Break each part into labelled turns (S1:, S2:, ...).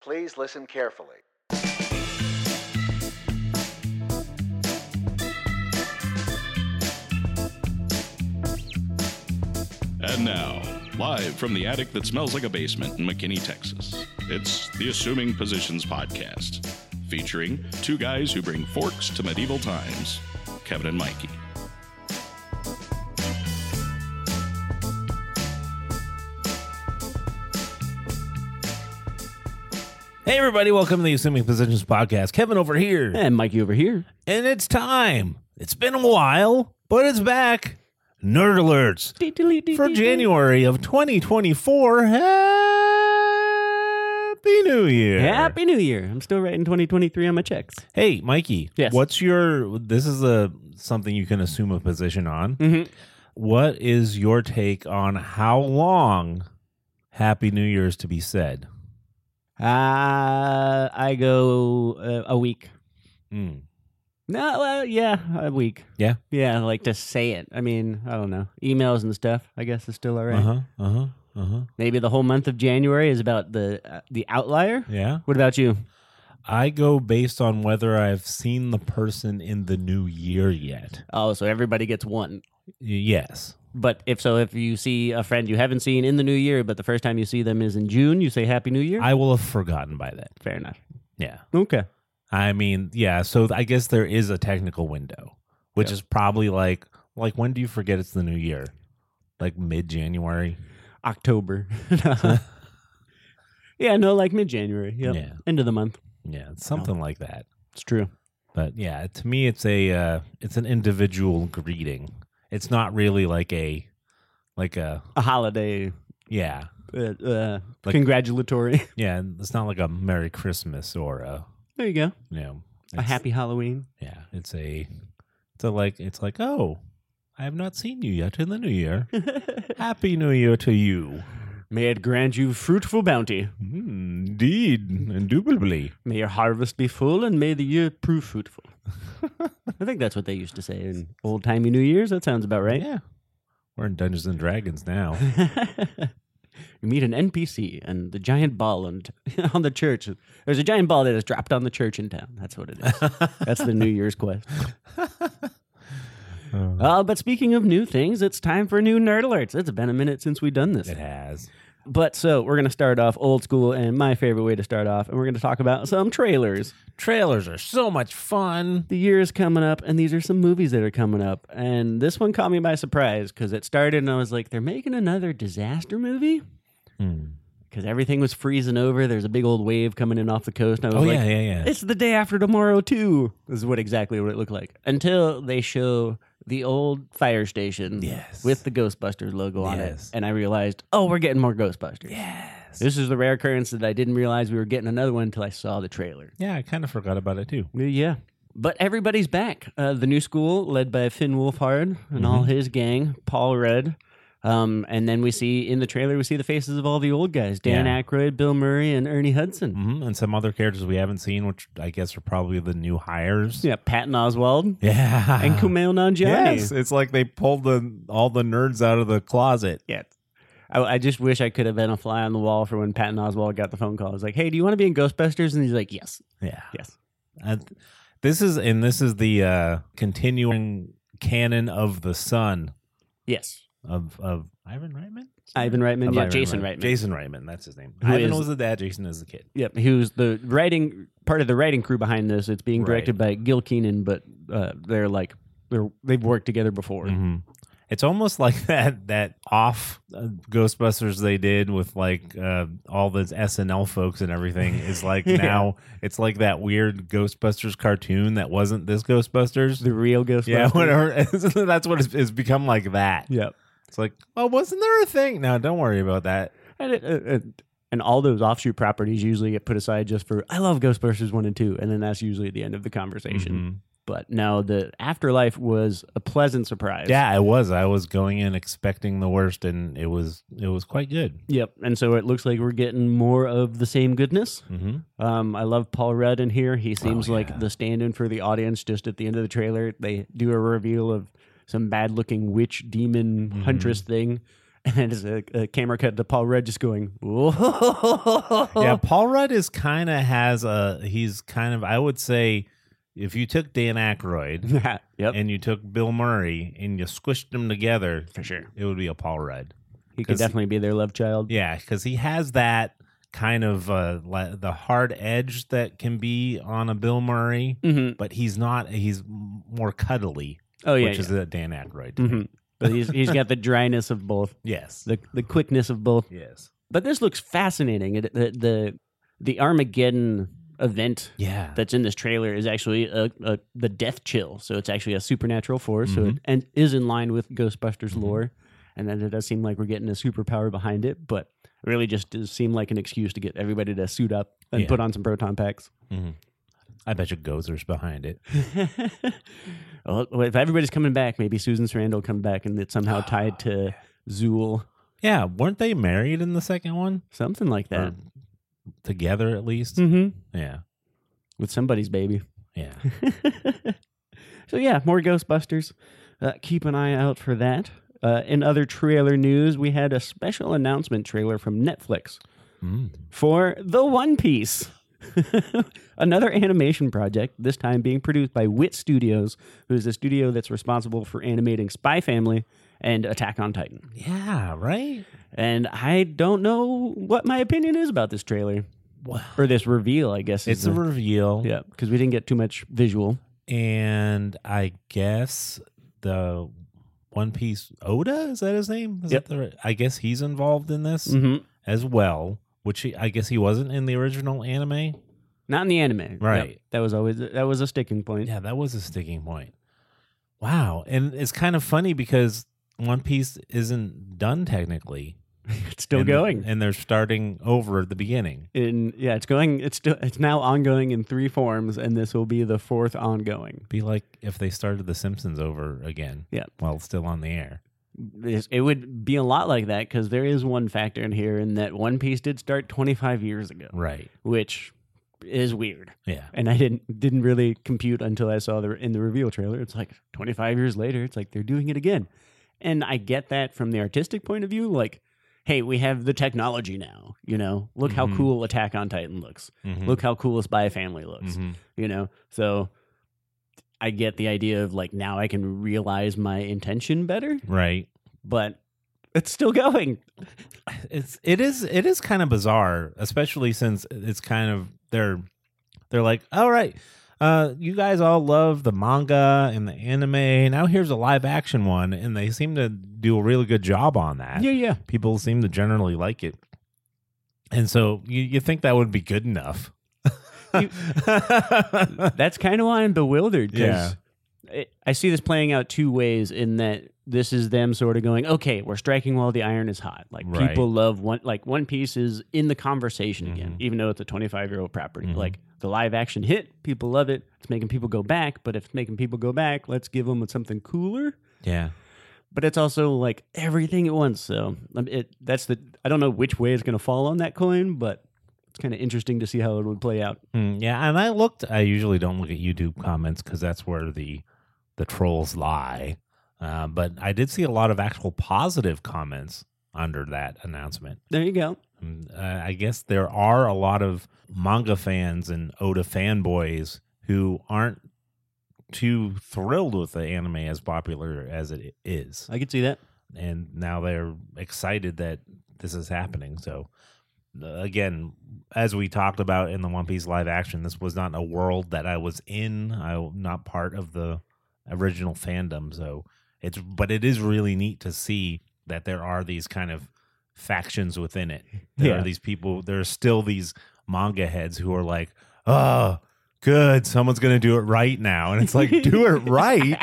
S1: Please listen carefully.
S2: And now, live from the attic that smells like a basement in McKinney, Texas, it's the Assuming Positions Podcast, featuring two guys who bring forks to medieval times Kevin and Mikey.
S3: Hey, everybody, welcome to the Assuming Positions Podcast. Kevin over here.
S4: And Mikey over here.
S3: And it's time. It's been a while, but it's back. Nerd Alerts for January of 2024. Happy New Year.
S4: Happy New Year. I'm still writing 2023 on my checks.
S3: Hey, Mikey.
S4: Yes.
S3: What's your. This is a something you can assume a position on.
S4: Mhm.
S3: What is your take on how long Happy New Year's to be said?
S4: Uh, I go uh, a week.
S3: Mm.
S4: No, uh, yeah, a week.
S3: Yeah.
S4: Yeah, I like to say it. I mean, I don't know. Emails and stuff, I guess, is still all right.
S3: Uh huh. Uh huh. Uh huh.
S4: Maybe the whole month of January is about the uh, the outlier.
S3: Yeah.
S4: What about you?
S3: I go based on whether I've seen the person in the new year yet.
S4: Oh, so everybody gets one.
S3: Yes.
S4: But if so, if you see a friend you haven't seen in the new year, but the first time you see them is in June, you say Happy New Year?
S3: I will have forgotten by then.
S4: Fair enough.
S3: Yeah.
S4: Okay.
S3: I mean, yeah, so I guess there is a technical window, which
S4: Yeah.
S3: is probably like like when do you forget it's the new year? Like mid January.
S4: October. yeah, no, like mid January.
S3: Yeah.
S4: End of the month.
S3: Yeah, it's something like that.
S4: It's true.
S3: But yeah, to me it's a uh it's an individual greeting. It's not really like a like a
S4: A holiday,
S3: yeah.
S4: uh, uh,
S3: Like-
S4: congratulatory.
S3: Yeah, it's not like a Merry Christmas or a
S4: there you go.
S3: you know
S4: A
S3: it's-
S4: happy Halloween.
S3: Yeah, it's a, it's a like it's like oh, I have not seen you yet in the new year. Happy New Year to you.
S4: May it grant you fruitful bounty.
S3: Mm, Indeed, indubitably.
S4: May your harvest be full and may the year prove fruitful. I think that's what they used to say in old timey New Year's. That sounds about right.
S3: Yeah, we're in Dungeons and Dragons now.
S4: you meet an NPC and the giant ball on, on the church. There's a giant ball that is dropped on the church in town. That's what it is. That's the New Year's quest.
S3: Oh.
S4: Uh, but speaking of new things, it's time for new nerd alerts. It's been a minute since we've done this.
S3: it has.
S4: But so we're going to start off old school and my favorite way to start off. And we're going to talk about some trailers.
S3: Trailers are so much fun.
S4: The year is coming up, and these are some movies that are coming up. And this one caught me by surprise because it started, and I was like, they're making another disaster movie?
S3: Hmm.
S4: Because everything was freezing over. There's a big old wave coming in off the coast. And I
S3: Oh
S4: was like,
S3: yeah, yeah, yeah.
S4: it's the day after tomorrow too is what exactly what it looked like until they show the old fire station
S3: Yes.
S4: with the ghostbusters logo on
S3: Yes.
S4: it and i realized oh we're getting more ghostbusters yes this is the rare occurrence that i didn't realize we were getting another one until i saw the trailer
S3: yeah, I kind of forgot about it too.
S4: yeah but everybody's back uh, the new school led by finn wolfhard and all
S3: Mm-hmm.
S4: his gang paul rudd um, and then we see in the trailer we see the faces of all the old guys dan
S3: Yeah.
S4: Aykroyd, bill murray and ernie hudson
S3: hmm And some other characters we haven't seen, which I guess are probably the new hires.
S4: yeah patton oswald
S3: Yeah.
S4: and Kumail Nanjiani.
S3: Ah. Yes, it's like they pulled the all the nerds out of the closet.
S4: Yeah. I, I just wish I could have been a fly on the wall for when Patton Oswald got the phone call. I was like, hey, do you want to be in Ghostbusters? And he's like, yes,
S3: Yeah.
S4: yes.
S3: And this is and this is the uh continuing canon of the son
S4: Yes.
S3: of of Ivan Reitman.
S4: Ivan Reitman.
S3: Of
S4: yeah,
S3: Ivan
S4: Jason Reitman.
S3: Jason Reitman, that's his name.
S4: Who
S3: Ivan
S4: is-
S3: was the dad, Jason is the kid.
S4: Yep. He was the writing part of the writing crew behind this. It's being
S3: Right.
S4: directed by Gil Keenan, but uh, they're like, they're, they've worked together before.
S3: Mm-hmm. It's almost like that that off uh, Ghostbusters they did with like uh, all the SNL folks and everything is like now it's like that weird Ghostbusters cartoon that wasn't this Ghostbusters.
S4: The real Ghostbusters.
S3: yeah, whatever. That's what it's, it's become like that.
S4: Yep.
S3: It's like, oh, wasn't there a thing? No, don't worry about that.
S4: And, it, uh, uh, and all those offshoot properties usually get put aside just for, I love Ghostbusters 1 and 2. And then that's usually the end of the conversation.
S3: Mm-hmm.
S4: But no, the afterlife was a pleasant surprise.
S3: Yeah, it was. I was going in expecting the worst, and it was it was quite good.
S4: Yep. And so it looks like we're getting more of the same goodness.
S3: Mm-hmm.
S4: Um, I love Paul Rudd in here. He seems
S3: Oh, yeah.
S4: like the stand in for the audience just at the end of the
S3: Mm-hmm.
S4: trailer. They do a reveal of some bad looking witch demon huntress thing. And it's a, a camera cut to Paul Rudd just going, whoa.
S3: Yeah, Paul Rudd is kind of has a he's kind of I would say if you took Dan Aykroyd
S4: yep.
S3: and you took Bill Murray and you squished them together,
S4: for sure.
S3: it would be a Paul Rudd.
S4: He could
S3: 'Cause-
S4: definitely be their love child.
S3: Yeah, because he has that kind of uh, le- the hard edge that can be on a Bill Murray,
S4: hmm
S3: but he's not. He's m- more cuddly,
S4: Oh, yeah.
S3: which
S4: yeah.
S3: is a Dan Aykroyd. to me.
S4: Mhm. But he's, he's got the dryness of both,
S3: Yes.
S4: the, the quickness of both.
S3: Yes.
S4: But this looks fascinating. It, the, the, the Armageddon event
S3: Yeah.
S4: that's in this trailer is actually a, a, the death chill. So it's actually a supernatural force. So it
S3: Mhm.
S4: and is in line with Ghostbusters
S3: Mhm.
S4: lore. And then it does seem like we're getting a superpower behind it, but it really just does seem like an excuse to get everybody to suit up and
S3: Yeah.
S4: put on some proton packs.
S3: Mhm. I bet you Gozer's behind it.
S4: well, if everybody's coming back, maybe Susan Sarandon will come back and it's somehow tied to Zool,
S3: Yeah, weren't they married in the second one?
S4: something like
S3: Or
S4: that.
S3: together at least.
S4: Mm-hmm.
S3: Yeah.
S4: With somebody's baby.
S3: Yeah.
S4: so yeah, more Ghostbusters. Uh, keep an eye out for that. Uh, in other trailer news, we had a special announcement trailer from Netflix
S3: Mm.
S4: for The One Piece, another animation project. This time being produced by Wit Studios, who is the studio that's responsible for animating Spy Family and Attack on Titan.
S3: Yeah, right?
S4: And I don't know what my opinion is about this trailer
S3: Wow.
S4: or this reveal. I guess is
S3: It's a
S4: the-
S3: reveal.
S4: yeah, because we didn't get too much visual.
S3: And I guess the One Piece Oda, is that his name? Is
S4: Yep.
S3: that the right- I guess he's involved in this
S4: Mm-hmm.
S3: as well, which he, I guess he wasn't in the original anime.
S4: Not in the anime,
S3: Right.
S4: Yep. That was always that was a sticking point.
S3: Yeah, that was a sticking point. Wow. And it's kind of funny because One Piece isn't done technically.
S4: It's still
S3: And-
S4: going.
S3: And they're starting over at the beginning.
S4: in yeah, it's going. It's still it's now ongoing in three forms, and this will be the fourth ongoing.
S3: Be like if they started The Simpsons over again.
S4: Yeah.
S3: While it's still on the air.
S4: This- It would be a lot like that because there is one factor in here in that One Piece did start 25 years ago,
S3: Right.
S4: which is weird.
S3: Yeah.
S4: And I didn't didn't really compute until I saw the in the reveal trailer. It's like 25 years later. It's like they're doing it again, and I get that from the artistic point of view. Like, hey, we have the technology now. You know, look how
S3: Mhm.
S4: cool Attack on Titan looks.
S3: Mhm.
S4: Look how cool a Spy Family looks.
S3: Mhm.
S4: You know, so I get the idea of like now I can realize my intention better,
S3: Right.
S4: but it's still going.
S3: It's it is it is kind of bizarre, especially since it's kind of they're they're like, all right, uh, you guys all love the manga and the anime. Now here's a live action one, and they seem to do a really good job on that.
S4: yeah.
S3: People seem to generally like it. And so you, you think that would be good enough.
S4: You- That's kind of why I'm bewildered
S3: Yeah.
S4: because I see this playing out two ways in that this is them sort of going, okay, we're striking while the iron is hot. Like
S3: Right.
S4: people love one, like One Piece is in the conversation again,
S3: Mhm.
S4: even though it's a 25 year old property.
S3: Mhm.
S4: Like the live action hit, people love it. It's making people go back, but if it's making people go back, let's give them something cooler.
S3: yeah.
S4: But it's also like everything at once. So um, it that's the I don't know which way it's going to fall on that coin, but it's kind of interesting to see how it would play out.
S3: Mm, yeah, and I looked. I usually don't look at YouTube comments because that's where the the trolls lie. Uh, but I did see a lot of actual positive comments under that announcement.
S4: There you go.
S3: Mm, uh, I guess there are a lot of manga fans and Oda fanboys who aren't too thrilled with the anime as popular as it is,
S4: I could see that.
S3: and now they're excited that this is happening. So uh, again, as we talked about in the One Piece live action, this was not a world that I was in. I'm not part of the original fandom, so it's but it is really neat to see that there are these kind of factions within it. There
S4: Yeah.
S3: are these people, there are still these manga heads who are like, "Oh, good, someone's going to do it right now." And it's like, "Do it right?"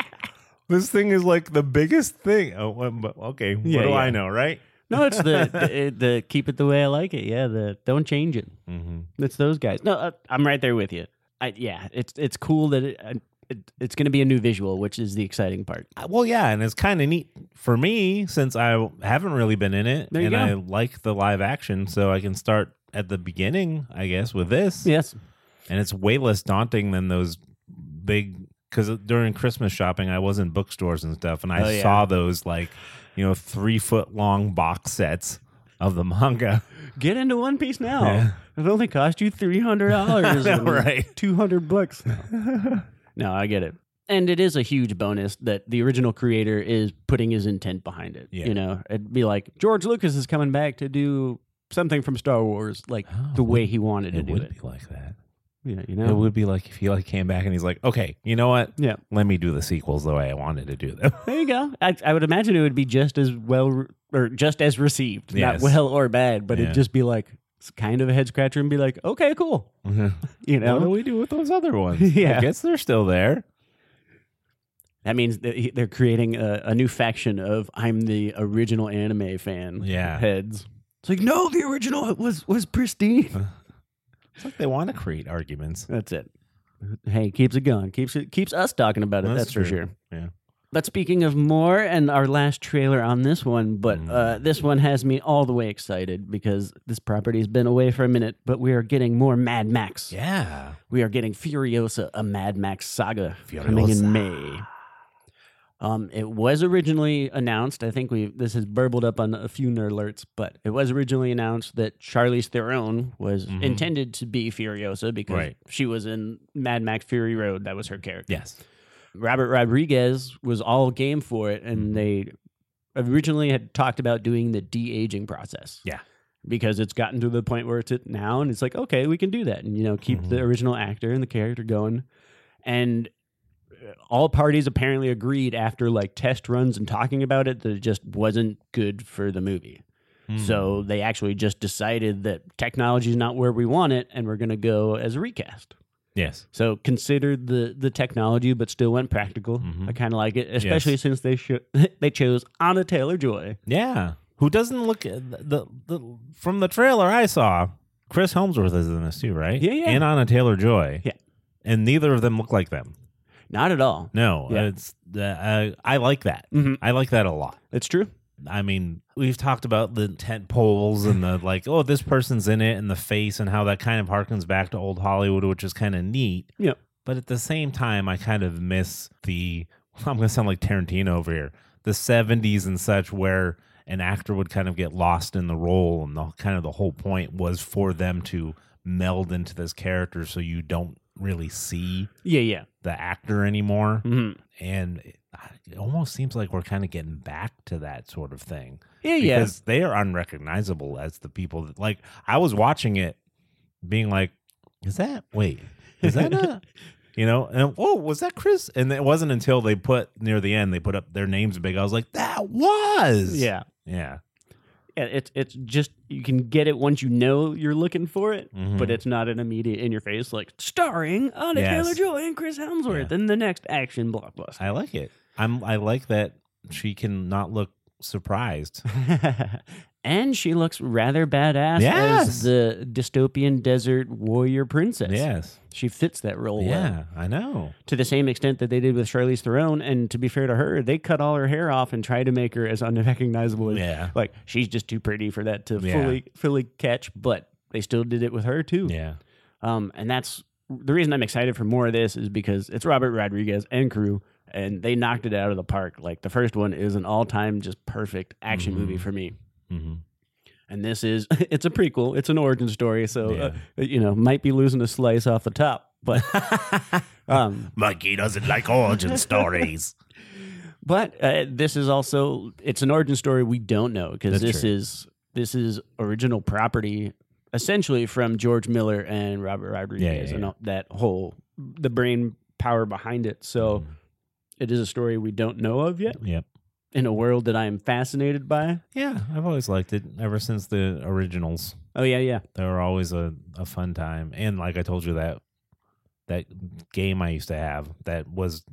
S3: This thing is like the biggest thing. Oh, well, but- okay. What
S4: Yeah,
S3: do I
S4: yeah.
S3: know, right?
S4: No, it's the, the eh, the keep it the way I like it. Yeah, the don't change it.
S3: Mm-hmm.
S4: It's those guys. No, uh, I'm right there with you. I, yeah, it's it's cool that it, uh, it it's going to be a new visual, which is the exciting part.
S3: Uh, Well, yeah, and it's kind of neat for me since I haven't really been in it,
S4: There you
S3: and
S4: go.
S3: I like the live action, so I can start at the beginning, I guess, with this,
S4: Yes.
S3: and it's way less daunting than those big. Because during Christmas shopping, I was in bookstores and stuff, and I
S4: Oh, yeah.
S3: saw those like you know, three foot long box sets of the manga.
S4: Get into One Piece now.
S3: Yeah.
S4: It only cost you three hundred dollars,
S3: know, right.
S4: Two hundred bucks. no, I get it, and it is a huge bonus that the original creator is putting his intent behind it.
S3: Yeah.
S4: You know, it'd be like George Lucas is coming back to do something from Star Wars, like
S3: Oh,
S4: the
S3: it
S4: way
S3: would-
S4: he wanted to
S3: It
S4: do
S3: would
S4: it.
S3: be like that.
S4: Yeah, you
S3: It
S4: know.
S3: would be like if he like came back and he's like, okay, you know what?
S4: yeah,
S3: Let me do the sequels the way I wanted to do them.
S4: there you go. I, I would imagine it would be just as well re- or just as received,
S3: Yes.
S4: not well or bad, but
S3: Yeah.
S4: it'd just be like it's kind of a head scratcher and be like, okay, cool. You know,
S3: What do we do with those other ones? I
S4: Yeah.
S3: guess they're still there.
S4: That means that he- they're creating a, a new faction of "I'm the original anime fan."
S3: Yeah.
S4: heads. It's like no, the original was was pristine.
S3: It's like they want to create arguments.
S4: That's it. Hey, keeps it going. Keeps it keeps us talking about it.
S3: That's
S4: That's, for
S3: true.
S4: sure.
S3: Yeah.
S4: But speaking of more, and our last trailer on this one, but
S3: Mm.
S4: uh, this one has me all the way excited because this property's been away for a minute. But we are getting more Mad Max.
S3: Yeah.
S4: We are getting Furiosa, a Mad Max saga coming
S3: Furiosa.
S4: in May. Um, it was originally announced. I think we this has burbled up on a few nerd alerts, but it was originally announced that Charlize Theron was
S3: Mhm.
S4: intended to be Furiosa because
S3: Right.
S4: she was in Mad Max Fury Road. That was her character.
S3: Yes.
S4: Robert Rodriguez was all game for it, and they originally had talked about doing the de aging process.
S3: Yeah.
S4: Because it's gotten to the point where it's at now, and it's like, okay, we can do that, and you know, keep the
S3: Mhm.
S4: original actor and the character going, and uh, all parties apparently agreed after like test runs and talking about it that it just wasn't good for the movie.
S3: Hmm.
S4: So they actually just decided that technology is not where we want it, and we're going to go as a recast.
S3: yes.
S4: So considered the the technology, but still went practical.
S3: Mhm.
S4: I kind of like it, especially since they sho- they chose Anna Taylor Joy.
S3: Yeah. Who doesn't look the, the from the trailer I saw? Chris Helmsworth is in this too, right?
S4: Yeah, yeah.
S3: And Anna Taylor Joy.
S4: Yeah.
S3: And neither of them look like them.
S4: Not at all.
S3: No,
S4: Yeah.
S3: it's uh, I, I like that.
S4: Mhm.
S3: I like that a lot.
S4: It's true.
S3: I mean, we've talked about the tent poles and the like. Oh, this person's in it, and the face, and how that kind of harkens back to old Hollywood, which is kind of neat.
S4: Yeah.
S3: But at the same time, I kind of miss the. I'm going to sound like Tarantino over here. The 70s and such, where an actor would kind of get lost in the role, and the kind of the whole point was for them to meld into this character, so you don't really see
S4: Yeah, yeah.
S3: the actor anymore.
S4: hmm
S3: And it, it almost seems like we're kind of getting back to that sort of thing
S4: Yeah, yeah.
S3: because they are unrecognizable as the people that like I was watching it being like, is that wait, is that a you know, and oh, was that Chris? And it wasn't until they put near the end they put up their names big. I was like, that was
S4: Yeah.
S3: yeah,
S4: Yeah, It's it's just you can get it once you know you're looking for it,
S3: Mhm.
S4: but it's not an immediate in your face like starring Anna
S3: Yes.
S4: Taylor Joy and Chris Helmsworth
S3: Yeah.
S4: in the next action blockbuster.
S3: I like it. I'm I like that she can not look surprised.
S4: and she looks rather badass
S3: Yes.
S4: as the dystopian desert warrior princess.
S3: yes,
S4: She fits that role well.
S3: yeah, I know.
S4: To the same extent that they did with Charlize Theron, and to be fair to her, they cut all her hair off and tried to make her as unrecognizable as
S3: Yeah,
S4: like she's just too pretty for that to
S3: Yeah.
S4: fully fully catch, but they still did it with her too.
S3: yeah,
S4: Um, and that's the reason I'm excited for more of this is because it's Robert Rodriguez and crew, and they knocked it out of the park. Like the first one is an all time just perfect action
S3: Mhm.
S4: movie for me.
S3: hmm
S4: And this is it's a prequel, it's an origin story, so
S3: Yeah.
S4: uh, you know might be losing a slice off the top, but um,
S3: Mikey doesn't like origin stories.
S4: but uh, this is also it's an origin story we don't know because
S3: That's
S4: this
S3: true.
S4: is this is original property essentially from George Miller and Robert Rodriguez
S3: yeah,
S4: and
S3: yeah.
S4: all, that whole the brain power behind it. So
S3: Mm-hmm.
S4: it is a story we don't know of yet
S3: yep.
S4: in a world that I am fascinated by.
S3: Yeah, I've always liked it ever since the originals.
S4: Oh yeah, yeah.
S3: They were always a, a fun time. And like I told you that that game I used to have that was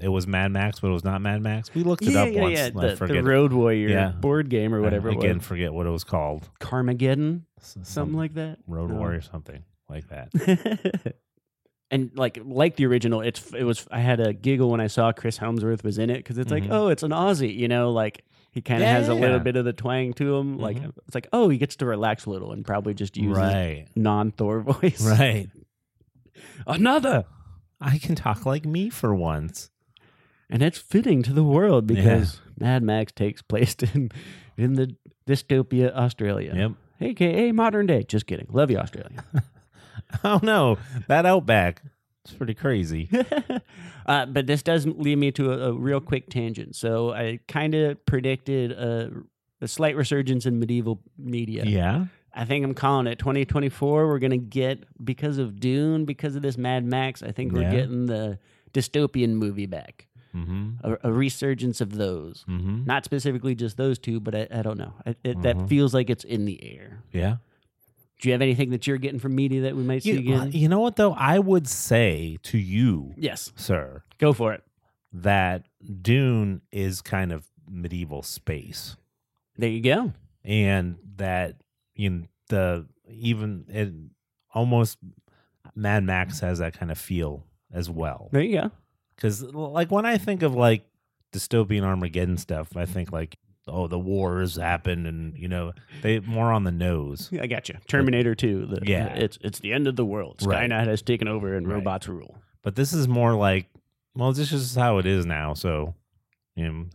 S3: it was Mad Max, but it was not Mad Max. We looked it
S4: yeah,
S3: up
S4: yeah,
S3: once.
S4: yeah.
S3: I
S4: The, the
S3: forget
S4: Road Warrior
S3: Yeah.
S4: board game or whatever it
S3: Again,
S4: was.
S3: forget what it was called.
S4: Carmageddon,
S3: S-
S4: something like that.
S3: Road
S4: no.
S3: Warrior, something like that.
S4: and like like the original, it's it was I had a giggle when I saw Chris Helmsworth was in it because it's
S3: Mhm.
S4: like oh it's an Aussie, you know, like he kind of has a
S3: Yeah.
S4: little bit of the twang to him. Like
S3: Mhm.
S4: it's like oh he gets to relax a little and probably just use
S3: right.
S4: non Thor voice.
S3: Right.
S4: Another,
S3: I can talk like me for once.
S4: and it's fitting to the world because Mad Max takes place in in the dystopia Australia.
S3: Yep.
S4: AKA modern day. Just kidding. Love you, Australia.
S3: Oh no, that outback. It's pretty crazy.
S4: uh, but this does lead me to a, a real quick tangent. So I kind of predicted a, a slight resurgence in medieval media.
S3: Yeah.
S4: I think I'm calling it 2024. We're going to get, because of Dune, because of this Mad Max, I think we're
S3: Yeah.
S4: getting the dystopian movie back,
S3: Mm-hmm.
S4: a, a resurgence of those.
S3: Mm-hmm.
S4: Not specifically just those two, but I, I don't know. I, it,
S3: Mhm.
S4: That feels like it's in the air.
S3: Yeah.
S4: Do you have anything that you're getting from media that we might see
S3: You,
S4: again?
S3: you know what though? I would say to you,
S4: yes,
S3: sir,
S4: go for it.
S3: that Dune is kind of medieval space,
S4: There you go.
S3: and that you know, the even it almost Mad Max has that kind of feel as well.
S4: There you go.
S3: Because like when I think of like dystopian Armageddon stuff, I think like oh the wars happened and you know they more on the nose.
S4: I got you. Terminator Two. The,
S3: Yeah.
S4: it's it's the end of the world.
S3: Right.
S4: Skynet has taken over and
S3: Right.
S4: robots rule.
S3: But this is more like well this is just how it is now. So you know,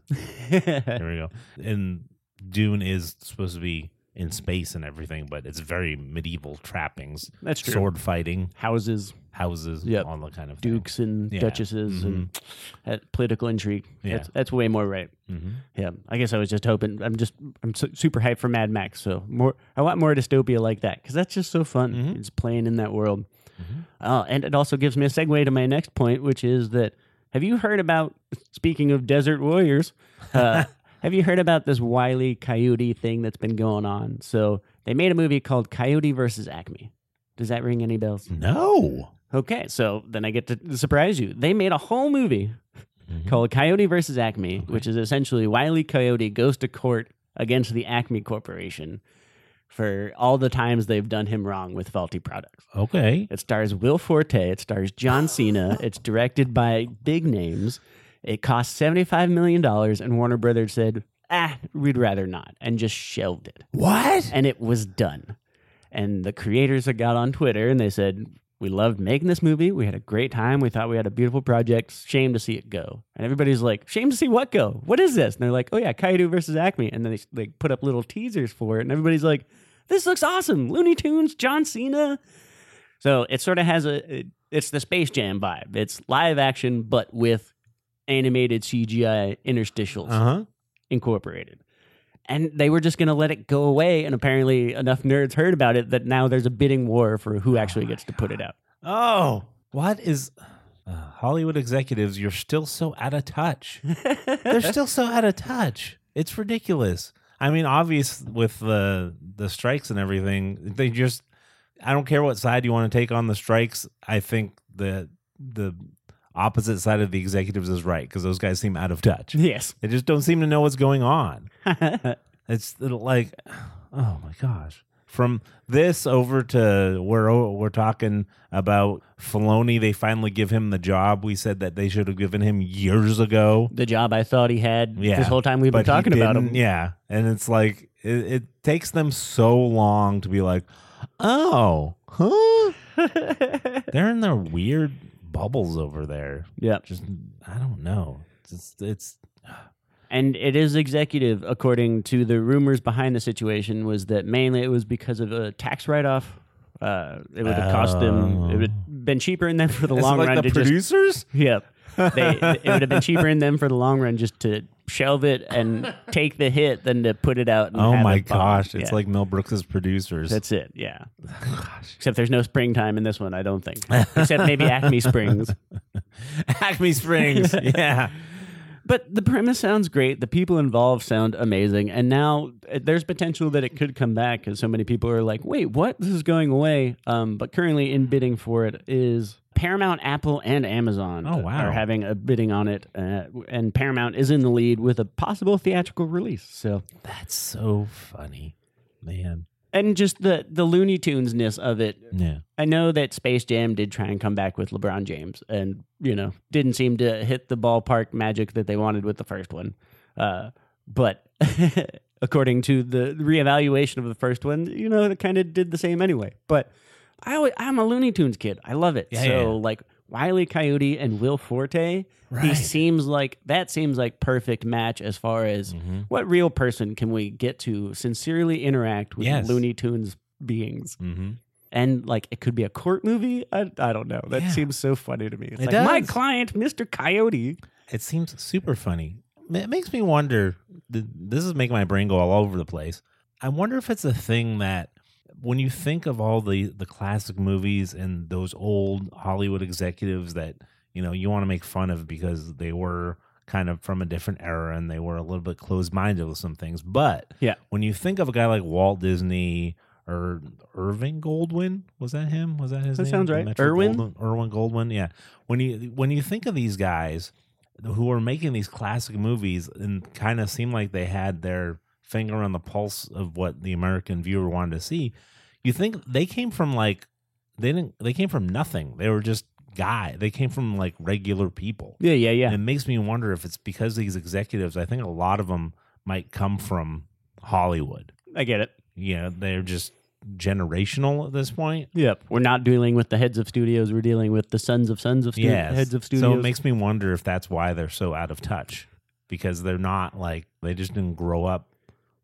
S4: yeah,
S3: there we go. And Dune is supposed to be in space and everything, but it's very medieval trappings,
S4: that's true.
S3: sword fighting,
S4: Houses,
S3: houses,
S4: Yep.
S3: all that kind of thing.
S4: dukes, and
S3: Yeah. Mm-hmm.
S4: duchesses, and that political intrigue.
S3: Yeah.
S4: That's, that's way more right.
S3: Mhm.
S4: Yeah, I guess I was just hoping. I'm just I'm su- super hyped for Mad Max. So more, I want more dystopia like that because that's just so fun.
S3: Mhm.
S4: It's playing in that world.
S3: Mhm.
S4: Uh, and it also gives me a segue to my next point, which is that have you heard about? Speaking of desert warriors, uh, have you heard about this Wiley Coyote thing that's been going on? So they made a movie called Coyote versus Acme. Does that ring any bells?
S3: No.
S4: Okay, so then I get to surprise you. They made a whole movie
S3: Mhm.
S4: called Coyote versus Acme,
S3: Okay.
S4: which is essentially Wiley Coyote goes to court against the Acme Corporation for all the times they've done him wrong with faulty products.
S3: Okay.
S4: It stars Will Forte, it stars John Cena, it's directed by big names. It cost $75 million, and Warner Brothers said, ah, we'd rather not, and just shelved it
S3: What?
S4: and it was done. And the creators had got on Twitter and they said, "We loved making this movie. We had a great time. We thought we had a beautiful project. Shame to see it go." And everybody's like, "Shame to see what go? What is this?" And they're like, "Oh yeah, Kaidu versus Acme." And then they like put up little teasers for it, and everybody's like, "This looks awesome. Looney Tunes, John Cena." So it sort of has a it- it's the Space Jam vibe. It's live action but with animated CGI interstitials
S3: Uh huh.
S4: incorporated and they were just going to let it go away and apparently enough nerds heard about it that now there's a bidding war for who actually gets to put it out
S3: Oh, what is uh, Hollywood executives? You're still so out of touch. They're still so out of touch. It's ridiculous. I mean, obvious with the the strikes and everything. They just, I don't care what side you want to take on the strikes. I think the the opposite side of the executives is right because those guys seem out of touch.
S4: yes
S3: They just don't seem to know what's going on. It's like, oh my gosh. From this over to where we're talking about Filoni, they finally give him the job we said that they should have given him years ago.
S4: the job i thought he had
S3: Yeah,
S4: this whole time we've been
S3: But he
S4: talking about
S3: didn't.
S4: him
S3: Yeah. And it's like, it, it takes them so long to be like, oh, huh? They're in their weird bubbles over there.
S4: yeah
S3: Just, I don't know. It's, it's,
S4: and it is executive according to the rumors behind the situation was that mainly it was because of a tax write-off uh, it would have cost them it would have been cheaper in them for the
S3: it's
S4: long
S3: Oh. like
S4: run
S3: the
S4: to just
S3: producers.
S4: Yep. They, it would have been cheaper in them for the long run just to shelve it and take the hit than to put it out. And
S3: Oh
S4: have
S3: my
S4: it bomb.
S3: gosh. It's
S4: Yeah.
S3: like Mel Brooks's producers.
S4: that's it. Yeah.
S3: gosh.
S4: Except there's no springtime in this one, I don't think. Except maybe Acme Springs.
S3: Acme Springs. yeah.
S4: But the premise sounds great. The people involved sound amazing. And now uh, there's potential that it could come back because so many people are like, wait, what? This is going away. Um, but currently in bidding for it is Paramount, Apple, and Amazon
S3: Oh, wow.
S4: are having a bidding on it. Uh, and Paramount is in the lead with a possible theatrical release. So,
S3: That's so funny. Man.
S4: and just the, the Looney Tunes ness of it.
S3: Yeah.
S4: I know that Space Jam did try and come back with LeBron James, and you know didn't seem to hit the ballpark magic that they wanted with the first one. Uh, but according to the reevaluation of the first one, you know it kind of did the same anyway. But I always, I'm a Looney Tunes kid. I love it.
S3: Yeah,
S4: so
S3: yeah, yeah.
S4: like Wiley Coyote and Will Forte. He
S3: Right.
S4: seems like that seems like perfect match as far as
S3: Mhm.
S4: what real person can we get to sincerely interact with
S3: Yes.
S4: Looney Tunes beings
S3: Mm-hmm.
S4: and like it could be a court movie. I, I don't know. That
S3: Yeah.
S4: seems so funny to me. It's
S3: It
S4: like my
S3: does.
S4: client, Mr. Coyote.
S3: It seems super funny. It makes me wonder. th- This is making my brain go all over the place. I wonder if it's a thing that when you think of all the the classic movies and those old Hollywood executives that you know you want to make fun of because they were kind of from a different era and they were a little bit closed minded with some things. But
S4: Yeah.
S3: when you think of a guy like Walt Disney or Irving Goldwyn, was that him? Was that his
S4: That
S3: name?
S4: sounds
S3: The
S4: right.
S3: Metro
S4: Irwin?
S3: Goldwyn- Irwin Goldwyn. Yeah. When you when you think of these guys who are making these classic movies and kind of seem like they had their finger on the pulse of what the American viewer wanted to see, you think they came from like they didn't they came from nothing. They were just guy. They came from like regular people.
S4: Yeah, yeah, yeah.
S3: And it makes me wonder if it's because these executives, I think a lot of them might come from Hollywood.
S4: I get it.
S3: You know, they're just generational at this point.
S4: Yep. We're not dealing with the heads of studios. We're dealing with the sons of sons of stu-
S3: Yes.
S4: heads of studios.
S3: So it makes me wonder if that's why they're so out of touch because they're not like, they just didn't grow up,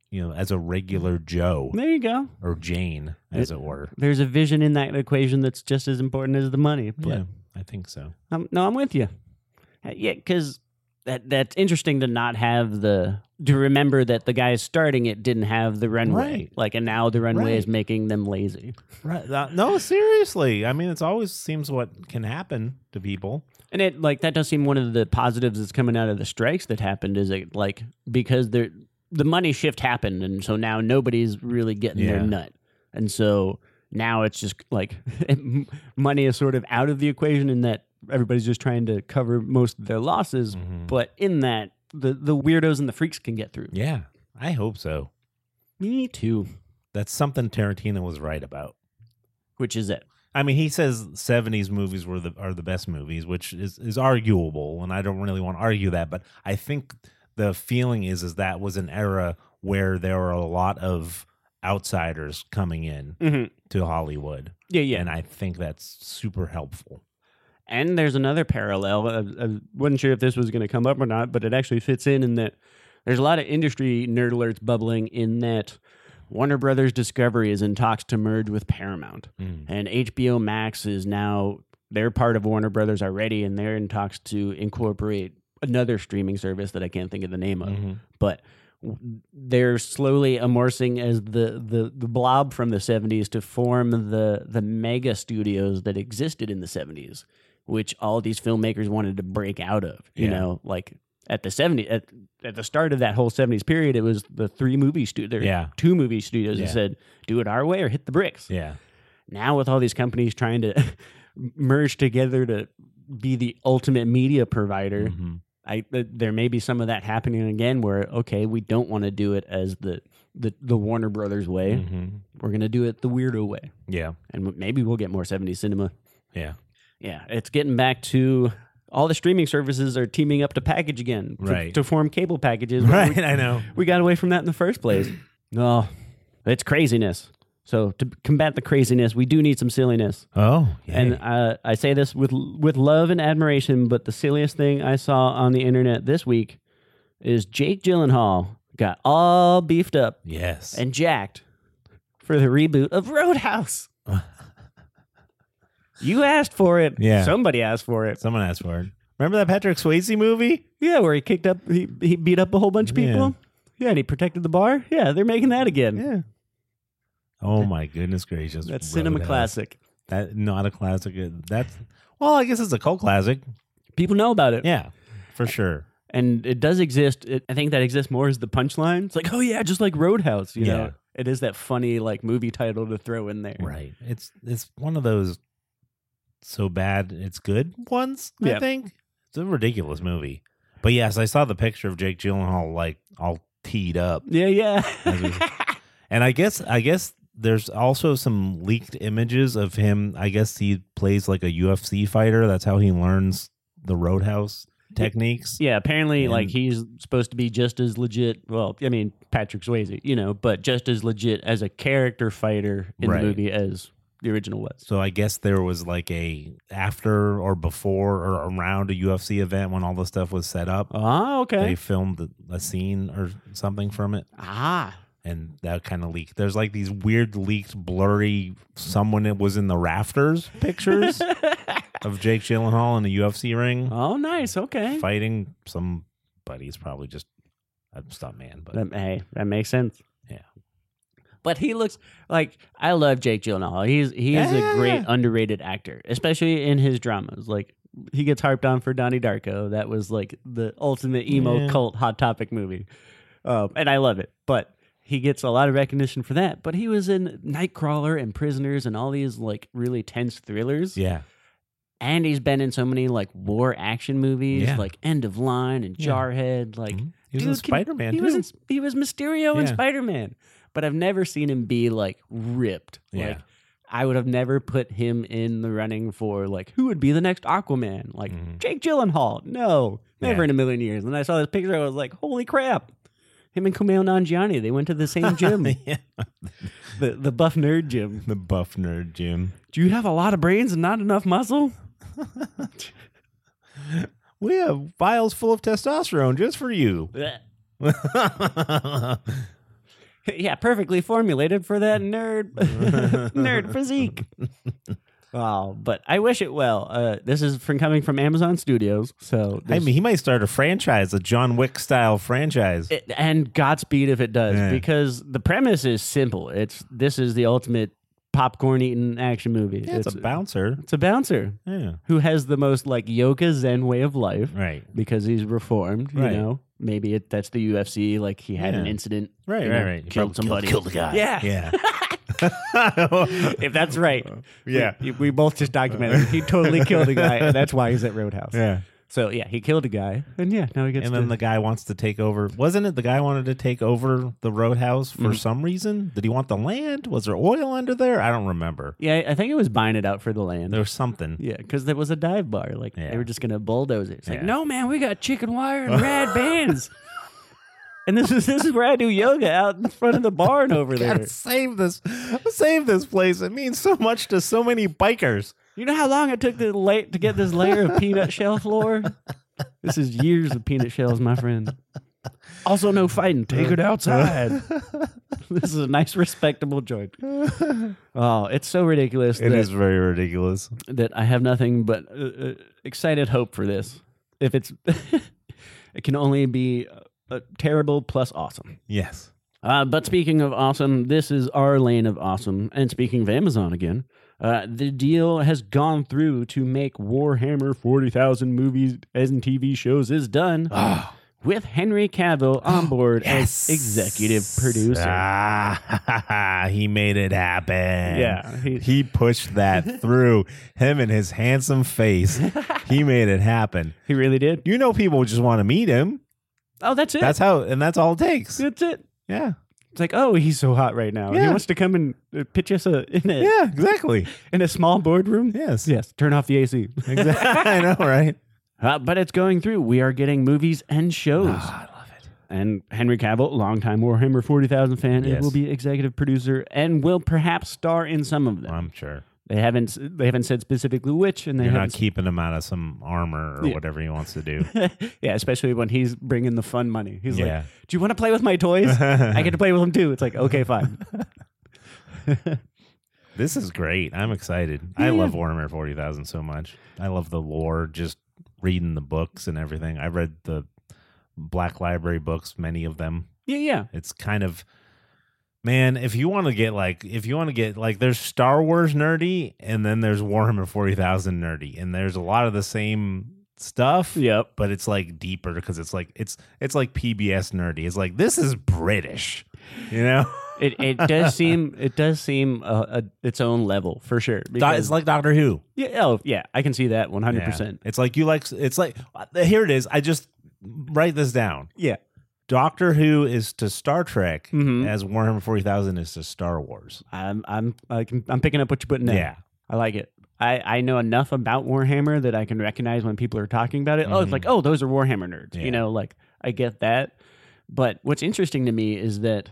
S3: you know, as a regular Joe
S4: there you go.
S3: or Jane, as it were.
S4: There's a vision in that equation that's just as important as the money. But
S3: Yeah, I think so.
S4: um, no, I'm with you. Uh, Yeah, because that that's interesting to not have the to remember that the guys starting it didn't have the runway.
S3: Right.
S4: Like, and now the runway is
S3: Right.
S4: making them lazy.
S3: Right. Uh, No, seriously. I mean, it's always seems what can happen to people.
S4: And it like that does seem one of the positives that's coming out of the strikes that happened is it like because there the money shift happened and so now nobody's really getting their
S3: Yeah.
S4: nut. And so now it's just like money is sort of out of the equation in that everybody's just trying to cover most of their losses,
S3: Mhm.
S4: but in that the the weirdos and the freaks can get through.
S3: Yeah, I hope so.
S4: Me too,
S3: That's something Tarantino was right about.
S4: which is it.
S3: I mean, he says '70s movies were the are the best movies, which is is arguable, and I don't really want to argue that. But I think the feeling is is that was an era where there were a lot of outsiders coming in
S4: Mhm.
S3: to Hollywood,
S4: Yeah, yeah.
S3: and I think that's super helpful.
S4: And there's another parallel. I, I wasn't sure if this was going to come up or not, but it actually fits in in that there's a lot of industry nerd alerts bubbling in that Warner Brothers Discovery is in talks to merge with Paramount,
S3: Mm.
S4: and HBO Max is now they're part of Warner Brothers already, and they're in talks to incorporate another streaming service that I can't think of the name of,
S3: Mhm.
S4: but. w- They're slowly immersing as the, the, the blob from the 70s to form the, the mega studios that existed in the 70s which all these filmmakers wanted to break out of. You
S3: Yeah.
S4: know, like at the 70s, at, at the start of that whole 70s period, it was the three movie studio,
S3: Yeah.
S4: two movie studios
S3: Yeah.
S4: that said, do it our way or hit the bricks.
S3: Yeah,
S4: Now, with all these companies trying to merge together to be the ultimate media provider,
S3: Mhm.
S4: I th- there may be some of that happening again where, okay, we don't want to do it as the, the, the Warner Brothers way.
S3: Mhm.
S4: We're going to do it the weirdo way.
S3: yeah,
S4: And w- maybe we'll get more 70s cinema.
S3: yeah.
S4: Yeah, it's getting back to all the streaming services are teaming up to package again to,
S3: Right.
S4: to form cable packages.
S3: Right,
S4: We,
S3: I know.
S4: we got away from that in the first place. No, it's craziness. So to combat the craziness, we do need some silliness.
S3: Oh,
S4: And
S3: yay.
S4: uh, I say this with with love and admiration, but the silliest thing I saw on the internet this week is Jake Gyllenhaal got all beefed up
S3: yes,
S4: and jacked for the reboot of Roadhouse. you asked for it.
S3: Yeah.
S4: Somebody asked for it.
S3: someone asked for it. Remember that Patrick Swayze movie?
S4: Yeah, where he kicked up, he, he beat up a whole bunch of people. Yeah. and he protected the bar. Yeah, they're making that
S3: Mm.
S4: again.
S3: Oh my goodness gracious!
S4: That's cinema
S3: Roadhouse.
S4: classic.
S3: That not a classic. Uh, That's well, I guess it's a cult classic.
S4: People know about it.
S3: Yeah, for sure.
S4: And it does exist. It, I think that exists more as the punchline. It's like, oh, yeah, just like Roadhouse, you
S3: Yeah.
S4: know? It is that funny, like, movie title to throw in there.
S3: Right. It's it's one of those so bad it's good ones.
S4: Yeah.
S3: I think it's a ridiculous movie. But yes, I saw the picture of Jake Gyllenhaal like all teed up,
S4: Yeah,
S3: As we-
S4: yeah.
S3: and I guess I guess there's also some leaked images of him. I guess he plays like a UFC fighter. That's how he learns the roadhouse techniques.
S4: Yeah, apparently,
S3: And-
S4: like he's supposed to be just as legit. Well, I mean Patrick Swayze, you know, but just as legit as a character fighter in
S3: Right.
S4: the movie as the original was.
S3: So I guess there was like a after or before or around a UFC event when all the stuff was set up.
S4: Ah, okay.
S3: They filmed a scene or something from it,
S4: ah,
S3: and that kind of leaked. There's like these weird leaked, blurry. Someone that was in the rafters pictures of Jake Gyllenhaal in a UFC ring
S4: oh, nice. Okay.
S3: fighting somebody. It's probably just a stuntman, but
S4: That, hey, that makes sense.
S3: Yeah.
S4: But he looks like I love Jake Gyllenhaal. He's he is a great
S3: Yeah.
S4: underrated actor, especially in his dramas. Like he gets harped on for Donnie Darko. That was like the ultimate emo
S3: Yeah.
S4: cult hot topic movie, um, and I love it. But he gets a lot of recognition for that. But he was in Nightcrawler and Prisoners and all these like really tense thrillers.
S3: yeah,
S4: And he's been in so many like war action movies,
S3: Yeah.
S4: like End of Line and
S3: Yeah.
S4: Jarhead. Like
S3: Mhm. he was in
S4: dude can-
S3: Spider Man
S4: he
S3: too.
S4: was in, he was Mysterio in
S3: Yeah.
S4: Spider Man, but I've never seen him be like ripped. Like
S3: Yeah.
S4: I would have never put him in the running for like who would be the next Aquaman? Like
S3: Mhm.
S4: Jake Gyllenhaal? No, never
S3: Yeah.
S4: in a million years. And I saw this picture, I was like, holy crap! Him and Kumail Nanjiani, they went to the same gym,
S3: yeah.
S4: the the buff nerd gym.
S3: The buff nerd Jim.
S4: Do you have a lot of brains and not enough muscle?
S3: We have vials full of testosterone just for you.
S4: Blech.
S3: Nerd
S4: yeah, perfectly formulated for that
S3: Mm.
S4: nerd nerd physique. Wow, but I wish it well. Uh, this is from coming from Amazon Studios, so
S3: I
S4: there's-
S3: mean, he might start a franchise, a John Wick style franchise.
S4: it, and Godspeed if it does,
S3: Yeah.
S4: because the premise is simple. It's this is the ultimate popcorn eating action movie.
S3: Yeah, it's, a bouncer.
S4: it's a bouncer
S3: Yeah.
S4: who has the most like yoga zen way of life
S3: Right.
S4: because he's reformed. You
S3: Right.
S4: know, maybe it, that's the UFC. Like he had an
S3: Yeah.
S4: incident,
S3: Right.
S4: you
S3: Right.
S4: know,
S3: Right.
S4: killed somebody,
S3: Killed the guy.
S4: Yeah.
S3: Yeah.
S4: If that's right,
S3: yeah.
S4: we, we both just documented. He totally killed a guy, and that's why he's at Roadhouse.
S3: Yeah.
S4: So yeah, he killed a guy, and yeah, now he gets.
S3: And
S4: to-
S3: then the guy wants to take over. Wasn't it the guy wanted to take over the roadhouse for
S4: Mhm.
S3: some reason? Did he want the land? Was there oil under there? I don't remember.
S4: yeah, I think it was buying it out for the land.
S3: There was something.
S4: Yeah, because there was a dive bar. Like they
S3: Yeah.
S4: were just gonna bulldoze it. It's like,
S3: Yeah.
S4: no man, we got chicken wire and rad bands. And this is this is where I do yoga out in front of the barn over there.
S3: Gotta save this, save this place. It means so much to so many bikers.
S4: You know how long it took to la- to get this layer of peanut shell floor? This is years of peanut shells, my friend. Also, no fighting. Take
S3: Uh,
S4: it outside. this is a nice, respectable joint. Oh, it's so ridiculous
S3: It
S4: that,
S3: is very ridiculous.
S4: that I have nothing but uh, uh, excited hope for this. If it's, it can only be uh, uh, terrible plus awesome.
S3: Yes.
S4: Uh, but speaking of awesome, this is our lane of awesome. And speaking of Amazon again, uh, the deal has gone through to make Warhammer 40,000 movies and TV shows is done
S3: Ah.
S4: with Henry Cavill on board as executive producer.
S3: Ah, he made it happen.
S4: Yeah, he-
S3: He, pushed that through. Him and his handsome face. he made it happen.
S4: He really did.
S3: You know, people just want to meet him.
S4: Oh, that's it.
S3: That's how, and that's all it takes.
S4: that's it.
S3: Yeah.
S4: It's like, oh, he's so hot right now. He
S3: Yeah.
S4: wants to come and uh, pitch us a, in a
S3: Yeah, exactly.
S4: in a small boardroom.
S3: Yes.
S4: Yes, turn off the AC.
S3: Exactly. I know, right?
S4: Uh, but it's going through. We are getting movies and shows.
S3: Ah, I love it.
S4: and Henry Cavill, longtime Warhammer 40,000 fan, and
S3: Yes.
S4: will be executive producer and will perhaps star in some of them.
S3: I'm sure.
S4: They haven't they haven't said specifically which, and they
S3: You're not
S4: haven't.
S3: keeping him out of some armor or
S4: Yeah.
S3: whatever he wants to do.
S4: yeah, especially when he's bringing the fun money. He's
S3: Yeah.
S4: like, "Do you want to play with my toys? I get to play with them too." It's like, okay, fine.
S3: This is great. I'm excited. I love Warhammer 40,000 so much. I love the lore, just reading the books and everything. I read the Black Library books, many of them.
S4: yeah, yeah.
S3: It's kind of man, if you want to get like if you want to get like there's Star Wars nerdy and then there's Warhammer 40,000 nerdy and there's a lot of the same stuff.
S4: Yep.
S3: But it's like deeper because it's like it's it's like PBS nerdy. It's like this is British, you know.
S4: It it does seem it does seem a, a, its own level for sure.
S3: it's like Doctor Who.
S4: yeah, oh yeah, I can see that one hundred
S3: Yeah.
S4: percent.
S3: It's like you like. It's like uh, here it is. I just write this down.
S4: Yeah,
S3: Doctor Who is to Star Trek
S4: Mhm.
S3: as Warhammer Forty Thousand is to Star Wars.
S4: I'm I'm I can, I'm picking up what you're putting in.
S3: Yeah,
S4: I like it. I, I know enough about Warhammer that I can recognize when people are talking about it. Oh, it's
S3: Mhm.
S4: like, oh, those are Warhammer nerds. You
S3: Yeah.
S4: know, like I get that. But what's interesting to me is that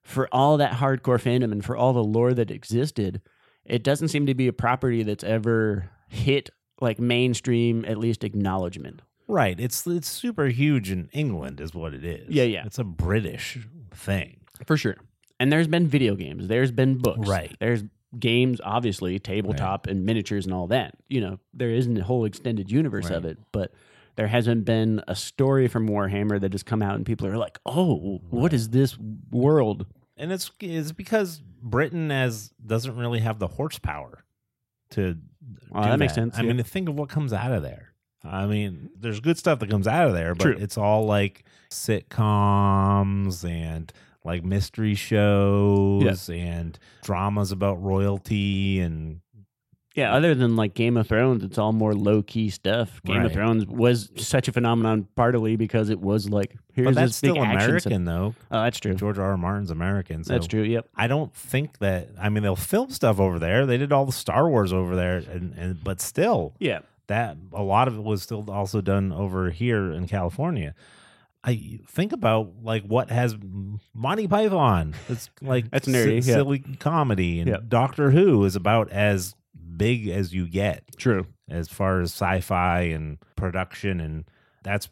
S4: for all that hardcore fandom and for all the lore that existed, it doesn't seem to be a property that's ever hit like mainstream at least acknowledgement.
S3: Right. It's it's super huge in England, is what it is.
S4: Yeah, yeah.
S3: It's a British thing.
S4: For sure. And there's been video games, there's been books.
S3: Right.
S4: There's games, obviously, tabletop and miniatures and all that. You know, there isn't a whole extended universe of
S3: Right.
S4: it, but there hasn't been a story from Warhammer that has come out and people are like, oh, what is this world?
S3: And it's it's because Britain as doesn't really have the horsepower to
S4: Well,
S3: do
S4: Oh, that makes sense,
S3: I
S4: yeah.
S3: mean, think of what comes out of there. I mean, there's good stuff that comes out of there, but
S4: True.
S3: it's all like sitcoms and like mystery shows and dramas about royalty and
S4: Yeah, other than like Game of Thrones, it's all more low key stuff. Game of
S3: Right.
S4: Thrones was such a phenomenon partly because it was like here's
S3: but that's
S4: this
S3: still
S4: big action. set-
S3: American though.
S4: Oh, that's true.
S3: George R. R. Martin's American, so
S4: That's true. Yep.
S3: I don't think that I mean they'll film stuff over there. They did all the Star Wars over there and, and but still
S4: Yeah.
S3: that a lot of it was still also done over here in California. I think about like what has Monty Python. It's like
S4: That's nerdy, yeah.
S3: silly comedy, and
S4: Yeah.
S3: Doctor Who is about as big as you get
S4: True.
S3: as far as sci-fi and production, and that's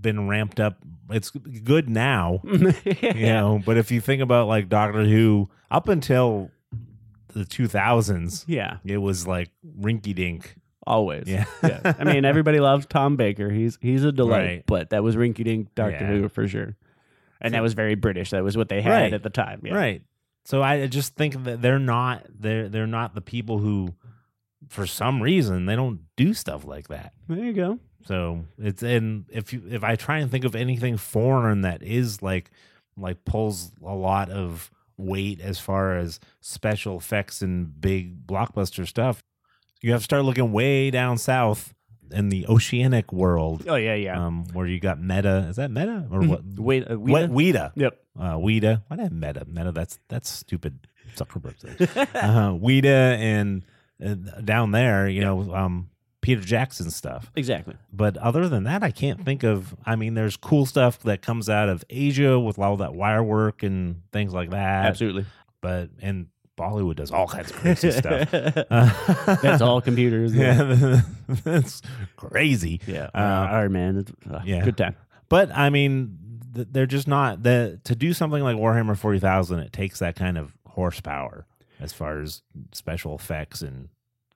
S3: been ramped up. It's good now, you
S4: yeah.
S3: know. But if you think about like Doctor Who, up until the two thousands,
S4: Yeah.
S3: it was like rinky dink.
S4: Always.
S3: Yeah.
S4: I mean, everybody loves Tom Baker. He's he's a delight,
S3: Right.
S4: but that was rinky dink Doctor
S3: Yeah.
S4: Who for sure. And that was very British. That was what they had
S3: Right.
S4: at the time. Yeah.
S3: Right. So I just think that they're not they're they're not the people who for some reason they don't do stuff like that.
S4: There you go.
S3: So it's and if you if I try and think of anything foreign that is like like pulls a lot of weight as far as special effects and big blockbuster stuff, you have to start looking way down south in the oceanic world.
S4: Oh yeah, yeah.
S3: Um, where you got Meta? Is that Meta or what?
S4: Wait. Uh,
S3: What Weta?
S4: Weta? Yep.
S3: uh, Weta. Why not Meta? Meta. That's that's stupid. Zuckerberg. Thing. uh, Weta and, and down there, you know, um, Peter Jackson stuff.
S4: Exactly.
S3: But other than that, I can't think of. I mean, there's cool stuff that comes out of Asia with all that wire work and things like that.
S4: Absolutely.
S3: But and Bollywood does all kinds of crazy stuff. Uh,
S4: That's all computers.
S3: Yeah, that's crazy.
S4: Yeah.
S3: Uh,
S4: all right, man. It's, uh,
S3: yeah.
S4: Good time.
S3: But I mean, th- they're just not the to do something like Warhammer Forty Thousand. It takes that kind of horsepower as far as special effects and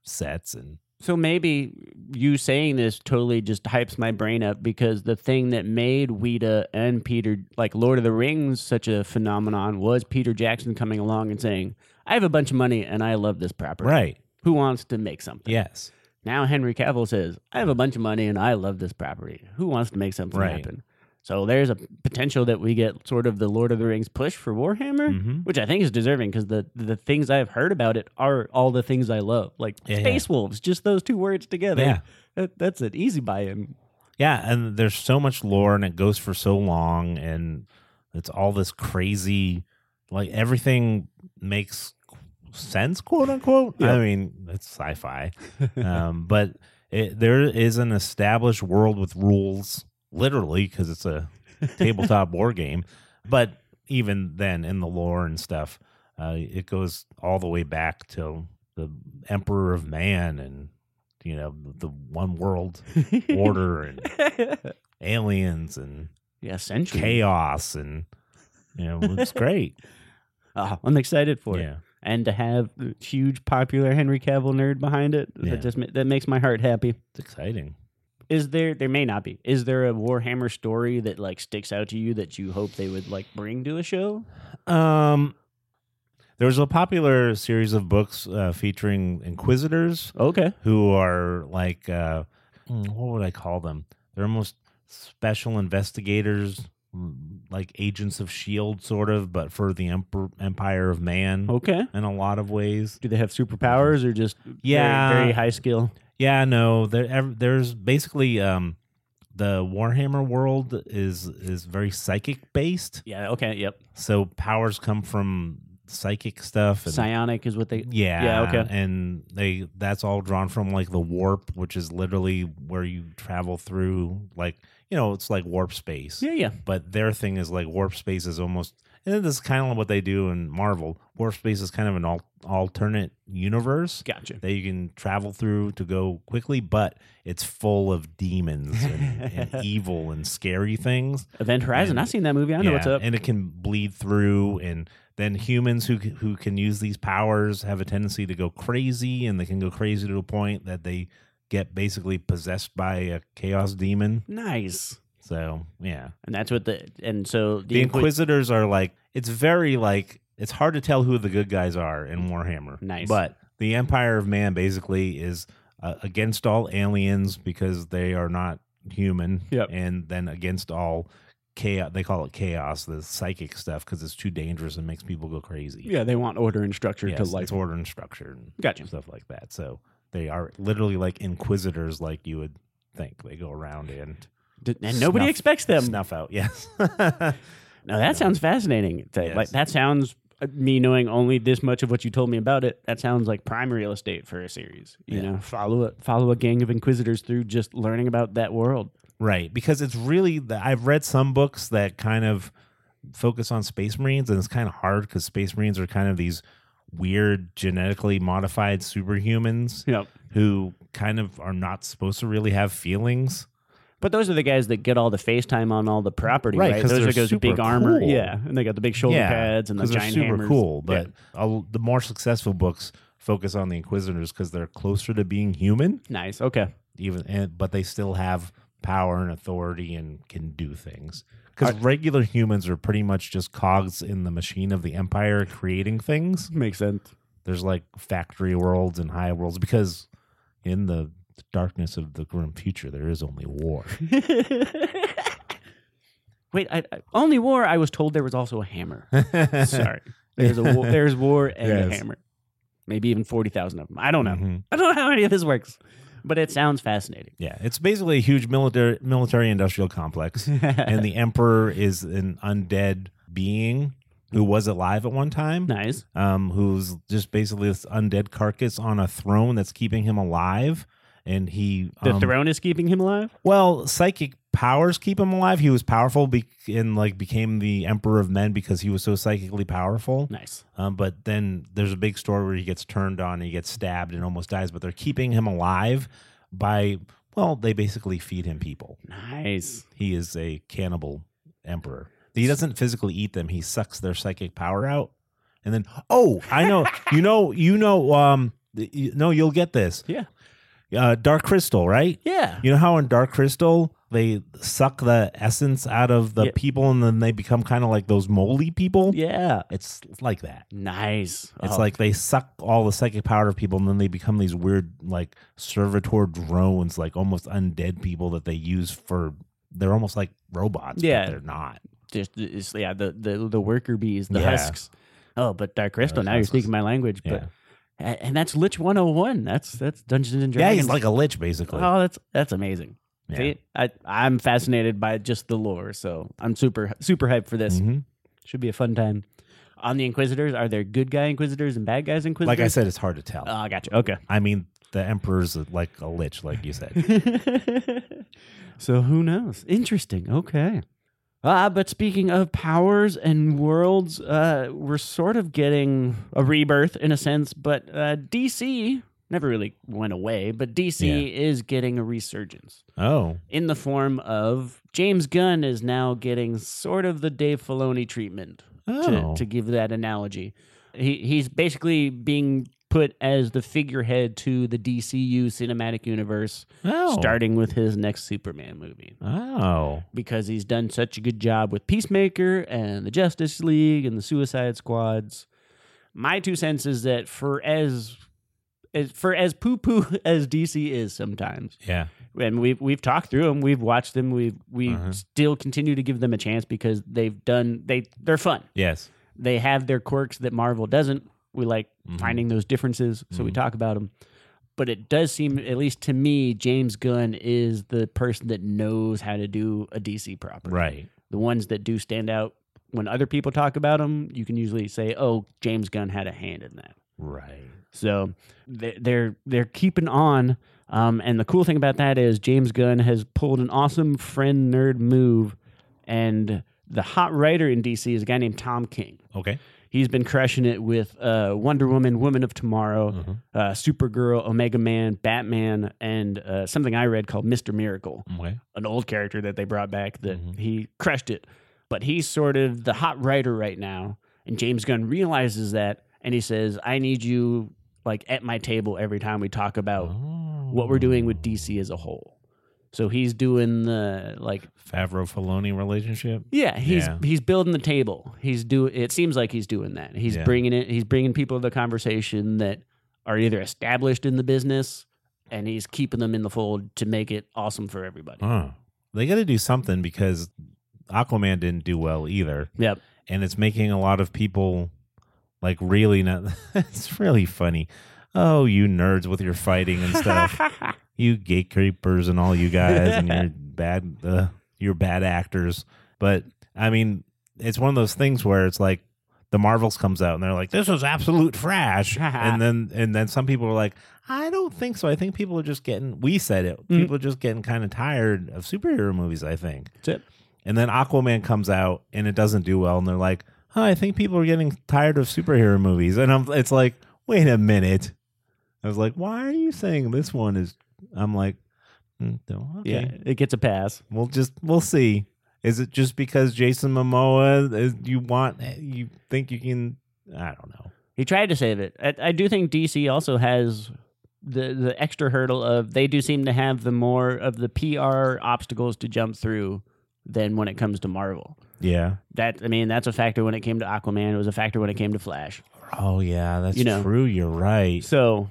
S3: sets and
S4: So maybe you saying this totally just hypes my brain up because the thing that made Weta and Peter like Lord of the Rings such a phenomenon was Peter Jackson coming along and saying, "I have a bunch of money and I love this property.
S3: right.
S4: Who wants to make something?"
S3: Yes,
S4: Now Henry Cavill says, "I have a bunch of money and I love this property. Who wants to make something
S3: Right.
S4: happen?" So there's a potential that we get sort of the Lord of the Rings push for Warhammer,
S3: Mhm.
S4: which I think is deserving because the the things I've heard about it are all the things I love, like
S3: Yeah,
S4: space wolves. Just those two words together,
S3: Yeah.
S4: that, that's an easy buy-in.
S3: yeah. And there's so much lore, and it goes for so long, and it's all this crazy. Like everything makes sense, quote unquote.
S4: Yeah.
S3: I mean, it's sci-fi, um, but it, there is an established world with rules, literally, because it's a tabletop war game. But even then, in the lore and stuff, uh, it goes all the way back to the Emperor of Man and you know the One World Order and aliens and
S4: yeah, century.
S3: chaos and you know it's great.
S4: Oh, I'm excited for it,
S3: yeah,
S4: and to have the huge popular Henry Cavill nerd behind it,
S3: Yeah.
S4: that just ma- that makes my heart happy.
S3: it's exciting.
S4: is there there may not be is there a warhammer story that like sticks out to you that you hope they would like bring to a show
S3: Um, there was a popular series of books uh, featuring inquisitors
S4: okay
S3: who are like, uh, mm, what would I call them? They're almost special investigators, mm, like agents of S.H.I.E.L.D., E sort of, but for the emper- Empire of Man
S4: okay
S3: in a lot of ways.
S4: do they have superpowers or just very-
S3: Yeah.
S4: very, high skill
S3: Yeah, no, there, ev- there's basically um, the Warhammer world is is very psychic based,
S4: yeah okay yep
S3: so powers come from psychic stuff and
S4: psionic is what they
S3: Yeah.
S4: Yeah, okay.
S3: And they that's all drawn from like the warp, which is literally where you travel through like you know, it's like warp space.
S4: yeah yeah
S3: But their thing is like warp space is almost and this is kind of what they do in Marvel. Warp space is kind of an al- alternate universe
S4: Gotcha.
S3: that you can travel through to go quickly, but it's full of demons and, and evil and scary things.
S4: Event Horizon.
S3: And-
S4: I've seen that movie. I know what's
S3: Yeah,
S4: up.
S3: and it can bleed through. And then humans who c- who can use these powers have a tendency to go crazy, and they can go crazy to a point that they get basically possessed by a chaos demon.
S4: nice.
S3: So yeah,
S4: And that's what the and so
S3: the Inquisitors are like it's very like it's hard to tell who the good guys are in Warhammer.
S4: Nice.
S3: but the Empire of Man basically is uh, against all aliens because they are not human,
S4: Yep.
S3: and then against all chaos. They call it chaos, the psychic stuff, because it's too dangerous and makes people go crazy.
S4: yeah, they want order and structure
S3: yes,
S4: to life.
S3: it's order and structure and
S4: Gotcha.
S3: stuff like that. So they are literally like inquisitors, like you would think. They go around and
S4: D- And nobody
S3: Snuff-
S4: expects them.
S3: snuff out. Yes.
S4: Now that sounds fascinating. That-
S3: Yes.
S4: Like that sounds uh, me knowing only this much of what you told me about it. That sounds like prime real estate for a series. You
S3: Yeah.
S4: know, follow a follow a gang of inquisitors through just learning about that world.
S3: Right, because it's really the, I've read some books that kind of focus on space marines, and it's kind of hard because space marines are kind of these weird genetically modified superhumans
S4: Yep.
S3: who kind of are not supposed to really have feelings.
S4: But those are the guys that get all the FaceTime on all the property,
S3: Right,
S4: right?
S3: 'cause
S4: Those
S3: they're
S4: are those
S3: super
S4: big armor,
S3: cool.
S4: yeah, and they got the big shoulder pads and the
S3: 'cause they're
S4: giant
S3: super
S4: hammers.
S3: cool.
S4: Yeah.
S3: But I'll- the more successful books focus on the inquisitors because they're closer to being human,
S4: nice, okay,
S3: even and, but they still have power and authority and can do things because regular humans are pretty much just cogs in the machine of the empire creating things
S4: makes sense.
S3: there's like factory worlds and high worlds because in the darkness of the grim future there is only war
S4: Wait, I, I, only war. I was told there was also a hammer. Sorry, there's a war, there's war and a
S3: Yes.
S4: hammer. Maybe even forty thousand of them. I don't know.
S3: Mhm.
S4: I don't know how any of this works, but it sounds fascinating.
S3: yeah it's basically a huge military military industrial complex and the emperor is an undead being who was alive at one time
S4: nice.
S3: um, who's just basically this undead carcass on a throne that's keeping him alive. And he,
S4: The
S3: um,
S4: throne is keeping him alive.
S3: well, psychic powers keep him alive. He was powerful be- and like became the emperor of men because he was so psychically powerful.
S4: Nice.
S3: Um, but then there's a big story where he gets turned on, and he gets stabbed, and almost dies. But they're keeping him alive by well, they basically feed him people.
S4: Nice.
S3: He is a cannibal emperor. He doesn't physically eat them. He sucks their psychic power out. And then, oh, I know, you know, you know, um, th- you, no, you'll get this.
S4: Yeah.
S3: Uh, Dark Crystal, right?
S4: Yeah.
S3: You know how in Dark Crystal they suck the essence out of the
S4: Yeah.
S3: people and then they become kind of like those moldy people?
S4: Yeah.
S3: It's like that.
S4: Nice.
S3: It's
S4: Oh,
S3: like they suck all the psychic power of people and then they become these weird like servitor drones, like almost undead people that they use for they're almost like robots,
S4: Yeah.
S3: but they're not.
S4: just it's, yeah the, the the worker bees, the
S3: Yeah.
S4: husks. Oh, but Dark Crystal.
S3: Those
S4: Now you're
S3: husks.
S4: speaking my language,
S3: Yeah.
S4: but a- and that's Lich 101. That's that's Dungeons and
S3: yeah,
S4: Dragons.
S3: he's like a lich basically.
S4: oh, that's that's amazing.
S3: Yeah.
S4: See, I I'm fascinated by just the lore, so I'm super super hyped for this.
S3: Mhm.
S4: Should be a fun time. On the Inquisitors, are there good guy Inquisitors and bad guys Inquisitors?
S3: Like I said, it's hard to tell.
S4: oh, I gotcha. Okay.
S3: I mean, the emperor's uh, like a lich, like you said.
S4: so who knows? Interesting. Okay. Ah, but speaking of powers and worlds, uh, we're sort of getting a rebirth in a sense, but uh, DC never really went away, but DC is getting a resurgence
S3: Oh,
S4: in the form of James Gunn is now getting sort of the Dave Filoni treatment
S3: Oh.
S4: to, to give that analogy. He he's basically being put as the figurehead to the DCU cinematic universe,
S3: oh,
S4: starting with his next Superman movie.
S3: Oh,
S4: Because he's done such a good job with Peacemaker and the Justice League and the Suicide Squads. My two cents is that for as, as for as poo poo as DC is sometimes,
S3: yeah,
S4: and we've we've talked through them. We've watched them. We've we
S3: Uh-huh.
S4: still continue to give them a chance because they've done they they're fun.
S3: yes,
S4: They have their quirks that Marvel doesn't. We like
S3: Mhm.
S4: finding those differences, so we
S3: Mhm.
S4: talk about them. But it does seem, at least to me, James Gunn is the person that knows how to do a DC property.
S3: right,
S4: The ones that do stand out when other people talk about them, you can usually say, "Oh, James Gunn had a hand in that."
S3: right.
S4: So they- they're they're keeping on. Um, and the cool thing about that is James Gunn has pulled an awesome friend nerd move, and the hot writer in DC is a guy named Tom King.
S3: Okay,
S4: He's been crushing it with uh, Wonder Woman, Woman of Tomorrow, uh, Supergirl, Omega Man, Batman, and uh, something I read called Mister Miracle,
S3: Okay.
S4: an old character that they brought back that
S3: Mhm.
S4: he crushed it. But he's sort of the hot writer right now, and James Gunn realizes that, and he says, "I need you like at my table every time we talk about Oh.
S3: Oh.
S4: what we're doing with DC as a whole." So he's doing the like
S3: Favreau Filoni relationship.
S4: yeah, he's
S3: Yeah.
S4: he's building the table. He's do. It seems like he's doing that. He's
S3: Yeah.
S4: bringing it. He's bringing people to the conversation that are either established in the business, and he's keeping them in the fold to make it awesome for everybody.
S3: Huh. They got to do something because Aquaman didn't do well either.
S4: Yep.
S3: And it's making a lot of people like really not. it's really funny. Oh, you nerds with your fighting and stuff. you gatekeepers and all you guys and your bad uh, you're bad actors. But I mean, it's one of those things where it's like the Marvels comes out and they're like, "This is absolute trash," and then and then some people are like, "I don't think so. I think people are just getting." We said it.
S4: Mm-hmm.
S3: People are just getting kind of tired of superhero movies. I think.
S4: That's it.
S3: And then Aquaman comes out and it doesn't do well, and they're like, "Huh, I think people are getting tired of superhero movies." And I'm, it's like, wait a minute. I was like, why are you saying this one is? I'm like, mm, no, okay.
S4: Yeah, it gets a pass.
S3: We'll just we'll see. Is it just because Jason Momoa is, you want you think you can? I don't know.
S4: He tried to save it. I, I do think DC also has the the extra hurdle of they do seem to have the more of the PR obstacles to jump through than when it comes to Marvel.
S3: Yeah.
S4: That I mean, that's a factor when it came to Aquaman. It was a factor when it came to Flash.
S3: Oh yeah, that's
S4: You know.
S3: true. You're right.
S4: So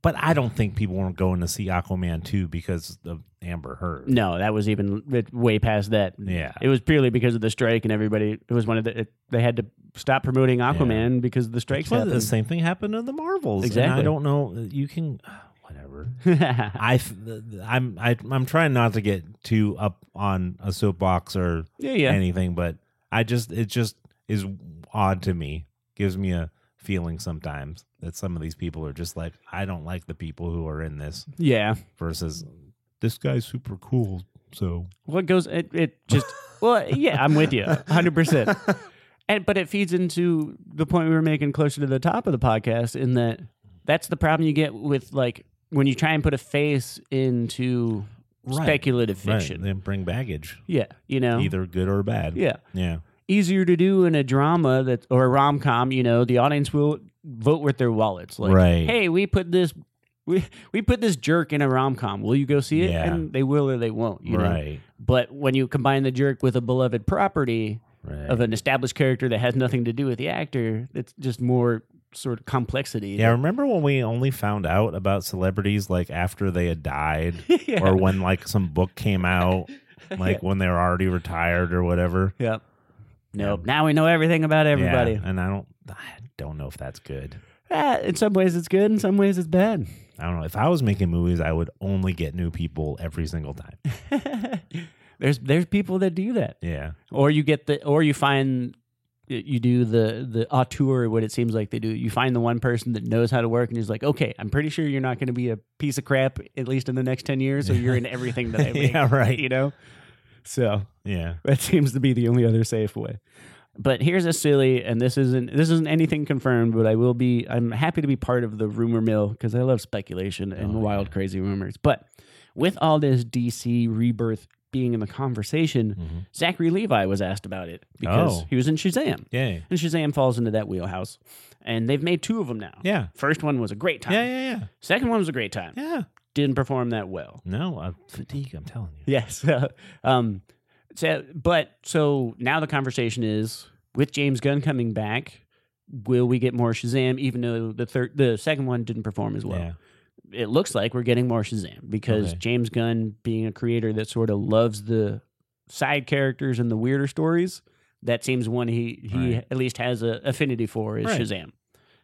S3: But I don't think people weren't going to see Aquaman two because of Amber Heard.
S4: No, that was even it- way past that.
S3: Yeah.
S4: It was purely because of the strike and everybody. It was one of the. It, they had to stop promoting Aquaman because of the strikes
S3: Well, the
S4: happened.
S3: same thing happened to the Marvels. and
S4: Exactly.
S3: I don't know. You can whatever. I th- I'm I, I'm trying not to get too up on a soapbox or
S4: yeah, yeah.
S3: anything, but I just it just is odd to me. Gives me a feeling sometimes that some of these people are just like, I don't like the people who are in this
S4: yeah.
S3: versus this guy's super cool. So
S4: What goes? It, it just. well, yeah, I'm with you, hundred percent. And but it feeds into the point we were making closer to the top of the podcast in that that's the problem you get with like when you try and put a face into
S3: Right.
S4: speculative fiction.
S3: right, they bring baggage,
S4: Yeah, you know.
S3: either good or bad.
S4: Yeah.
S3: yeah,
S4: easier to do in a drama that or a rom com. You know, the audience will vote with their wallets. Like,
S3: Right.
S4: hey, we put this we we put this jerk in a rom com. Will you go see it?
S3: Yeah.
S4: And they will or they won't. You Know?
S3: right,
S4: But when you combine the jerk with a beloved property
S3: right.
S4: of an established character that has nothing to do with the actor, it's just more sort of complexity.
S3: yeah, remember when we only found out about celebrities like after they had died,
S4: Yeah.
S3: or when like some book came out, like when they were already retired or whatever.
S4: Yep. Nope. Now we know everything about everybody.
S3: Yeah, and I don't I don't know if that's good.
S4: Ah, in some ways it's good, in some ways it's bad.
S3: I don't know. If I was making movies, I would only get new people every single time.
S4: there's there's people that do that.
S3: Yeah.
S4: or you get the or you find you do the the auteur what it seems like they do you find the one person that knows how to work and he's like okay i'm pretty sure you're not going to be a piece of crap at least in the next 10 years so you're in everything that i make
S3: yeah, right.
S4: you know so
S3: Yeah.
S4: that seems to be the only other safe way but here's a silly and this isn't this isn't anything confirmed but i will be i'm happy to be part of the rumor mill because i love speculation and
S3: Oh,
S4: wild crazy rumors but with all this dc rebirth being in the conversation
S3: Mhm.
S4: Zachary Levi was asked about it because
S3: Oh.
S4: he was in Shazam.
S3: Yeah.
S4: And Shazam falls into that wheelhouse. And they've made two of them now.
S3: Yeah.
S4: First one was a great time.
S3: Yeah. Yeah.
S4: Second one was a great time.
S3: Yeah. Yeah.
S4: Didn't perform that well.
S3: No, uh, fatigue. I'm telling you.
S4: Yes. um, so, but so now the conversation is with James Gunn coming back, will we get more Shazam even though the third the second one didn't perform as well?
S3: yeah.
S4: it looks like we're getting more Shazam because
S3: Okay.
S4: James Gunn, being a creator that sort of loves the side characters and the weirder stories, that seems one he he
S3: Right.
S4: at least has a affinity for is
S3: Right.
S4: Shazam.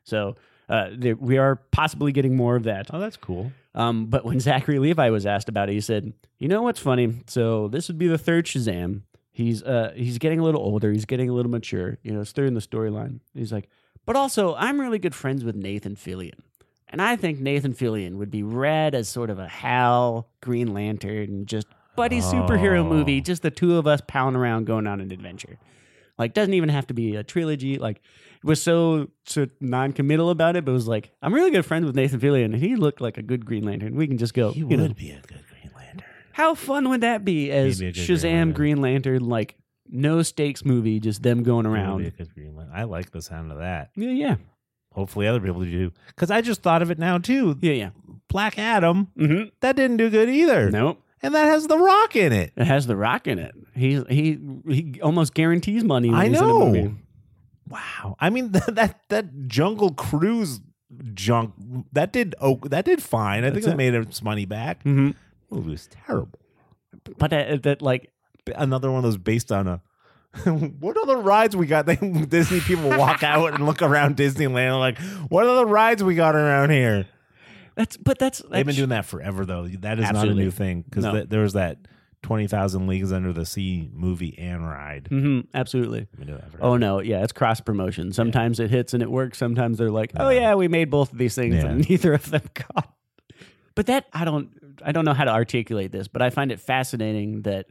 S4: So uh, there, we are possibly getting more of that.
S3: Oh, that's cool.
S4: Um, but when Zachary Levi was asked about it, he said, "You know what's funny? So this would be the third Shazam. He's uh he's getting a little older. He's getting a little mature. You know, it's third in the storyline. He's like, but also I'm really good friends with Nathan Fillion, and I think Nathan Fillion would be read as sort of a Hal Green Lantern, just buddy superhero
S3: Oh.
S4: movie, just the two of us pounding around, going on an adventure. Like, doesn't even have to be a trilogy. Like, it was so so non-committal about it, but it was like, I'm really good friends with Nathan Fillion, and he looked like a good Green Lantern. We can just go. you know,
S3: be a good Green Lantern.
S4: how fun would that be as
S3: He'd be a good
S4: Shazam
S3: Green
S4: Green Lantern, like no stakes movie, just them going
S3: Be a
S4: around?
S3: good Green Lantern. I like the sound of that.
S4: Yeah, yeah,
S3: Hopefully, other people do. Because I just thought of it now too.
S4: yeah, yeah.
S3: Black Adam
S4: Mm-hmm.
S3: that didn't do good either,
S4: Nope.
S3: and that has The Rock in it.
S4: It has The Rock in it. He he he almost guarantees money. When
S3: I
S4: he's
S3: know.
S4: In a movie.
S3: Wow. I mean that that, that Jungle Cruise junk that did oh that did fine. I think
S4: That's
S3: it
S4: it.
S3: made its money back.
S4: Mhm.
S3: movie was terrible.
S4: But that, that like
S3: B- Another one of those based on a. what other rides we got? They, Disney people walk out and look around Disneyland like, what other rides we got around here?
S4: that's but that's
S3: They've been doing that forever though. That is not a
S4: Absolutely.
S3: new thing because
S4: No.
S3: there was that Twenty Thousand Leagues Under the Sea movie and ride.
S4: hmm absolutely.
S3: They've been doing that forever.
S4: Oh no, yeah, it's cross promotion. Sometimes it hits and it works. Sometimes they're like, "Oh
S3: Yeah.
S4: yeah, we made both of these things
S3: Yeah.
S4: and neither of them got." But that I don't I don't know how to articulate this, but I find it fascinating that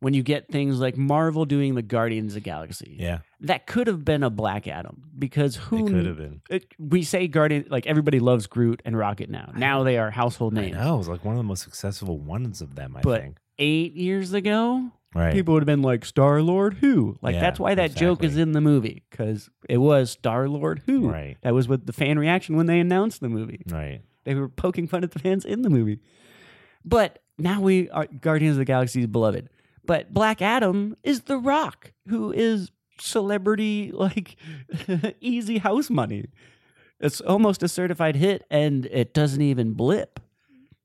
S4: when you get things like Marvel doing the Guardians of the Galaxy,
S3: yeah,
S4: that could have been a Black Adam because who
S3: it could have been.
S4: it, we say Guardian like everybody loves Groot and Rocket now. Now they are household
S3: I
S4: names.
S3: know it was like one of the most successful ones of them. I
S4: But-
S3: think
S4: Eight years ago,
S3: right.
S4: people would have been like Star Lord who? Like
S3: Yeah,
S4: that's why that joke is
S3: exactly.
S4: in the movie because it was Star Lord who?
S3: Right.
S4: That was what the fan reaction when they announced the movie.
S3: Right.
S4: They were poking fun at the fans in the movie. But now we are Guardians of the Galaxy's beloved. But Black Adam is The Rock, who is celebrity like easy house money. It's almost a certified hit and it doesn't even blip.